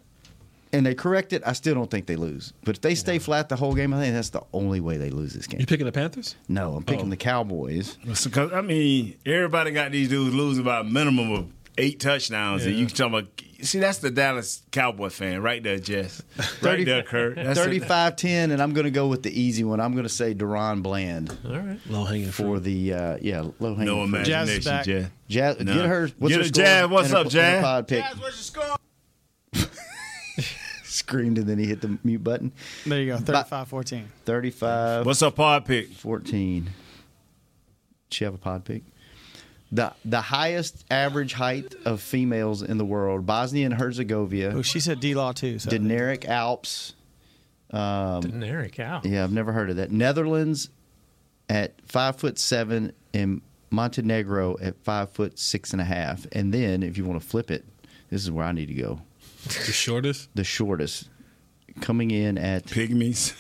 Speaker 1: and they correct it, I still don't think they lose. But if they stay flat the whole game, I think that's the only way they lose this game.
Speaker 3: You picking the Panthers? Oh.
Speaker 1: No, I'm picking the Cowboys.
Speaker 5: Because, I mean, everybody got these dudes losing by a minimum of eight touchdowns. And you talking about, see, that's the Dallas Cowboy fan right there, Jess. Right there, Kurt. That's it.
Speaker 1: 35 10, and I'm going to go with the easy one. I'm going to say Deron Bland.
Speaker 4: All right.
Speaker 3: Low hanging
Speaker 1: for the, uh, yeah, low hanging
Speaker 5: No imagination, Jazz is back.
Speaker 1: Jazz,
Speaker 5: No.
Speaker 1: Get her. What's
Speaker 5: Get
Speaker 1: her
Speaker 5: her,
Speaker 1: score
Speaker 5: Jazz. What's
Speaker 1: and her-
Speaker 5: up,
Speaker 1: and her
Speaker 5: Jazz?
Speaker 1: Pod pick.
Speaker 6: where's your score?
Speaker 1: Screamed, and then he hit the mute button.
Speaker 6: There you go. 35 14.
Speaker 1: 35.
Speaker 5: What's up, pod pick?
Speaker 1: 14. she have a pod pick? The the highest average height of females in the world, Bosnia and Herzegovina. Oh, she said D Law too. So Deneric Alps. Um,
Speaker 4: Deneric Alps.
Speaker 1: Yeah, I've never heard of that. Netherlands at five foot seven and Montenegro at five foot six and a half. And then if you want to flip it, this is where I need to go.
Speaker 3: The shortest?
Speaker 1: The shortest. Coming in at Pygmies.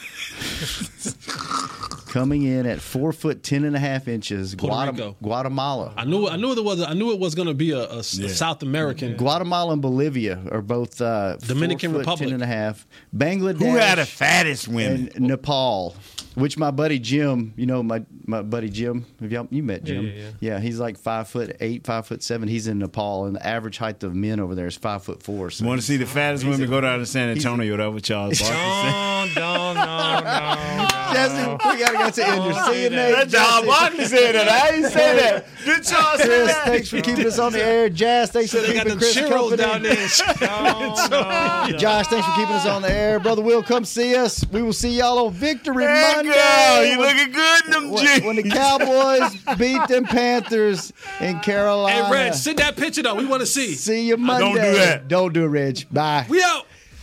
Speaker 1: coming in at four foot ten and a half inches.
Speaker 3: Puerto
Speaker 1: Guatem-
Speaker 3: Rico.
Speaker 1: Guatemala.
Speaker 3: I knew I knew it was I knew it was going to be a, a s- a South American.
Speaker 1: Guatemala and Bolivia are both uh,
Speaker 3: Dominican
Speaker 1: four foot
Speaker 3: Republic.
Speaker 1: ten and a half. Bangladesh.
Speaker 5: Who had the fattest women?
Speaker 1: And Nepal, which my buddy Jim, you know my my buddy Jim, have y'all you met
Speaker 5: Yeah,
Speaker 1: Jim?
Speaker 5: yeah, yeah.
Speaker 1: he's like five foot eight, five foot seven. He's in Nepal, and the average height of men over there is five foot four. So
Speaker 5: Want to see the fattest women go down to San Antonio? That what Charles Barkley said.
Speaker 4: No, no, no.
Speaker 1: Jesse, we gotta get to end your seeing
Speaker 5: That Charles Barkley said that. I ain't say that. Did Charles say
Speaker 1: Chris,
Speaker 5: that?
Speaker 1: thanks for keeping us on the air. Jazz, thanks for
Speaker 5: they got
Speaker 1: keeping
Speaker 5: them
Speaker 1: Chris
Speaker 5: churros
Speaker 1: company.
Speaker 5: down there.
Speaker 1: Josh, thanks for keeping us on the air. Brother Will, come see us. We will see y'all on Victory
Speaker 5: There you
Speaker 1: Monday.
Speaker 5: go. You looking good in them
Speaker 1: when,
Speaker 5: jeans.
Speaker 1: When the Cowboys beat them Panthers in Carolina.
Speaker 3: Hey, Reg, send that picture though. We want to see.
Speaker 1: See you Monday. Don't do it, Reg. Bye.
Speaker 3: We out.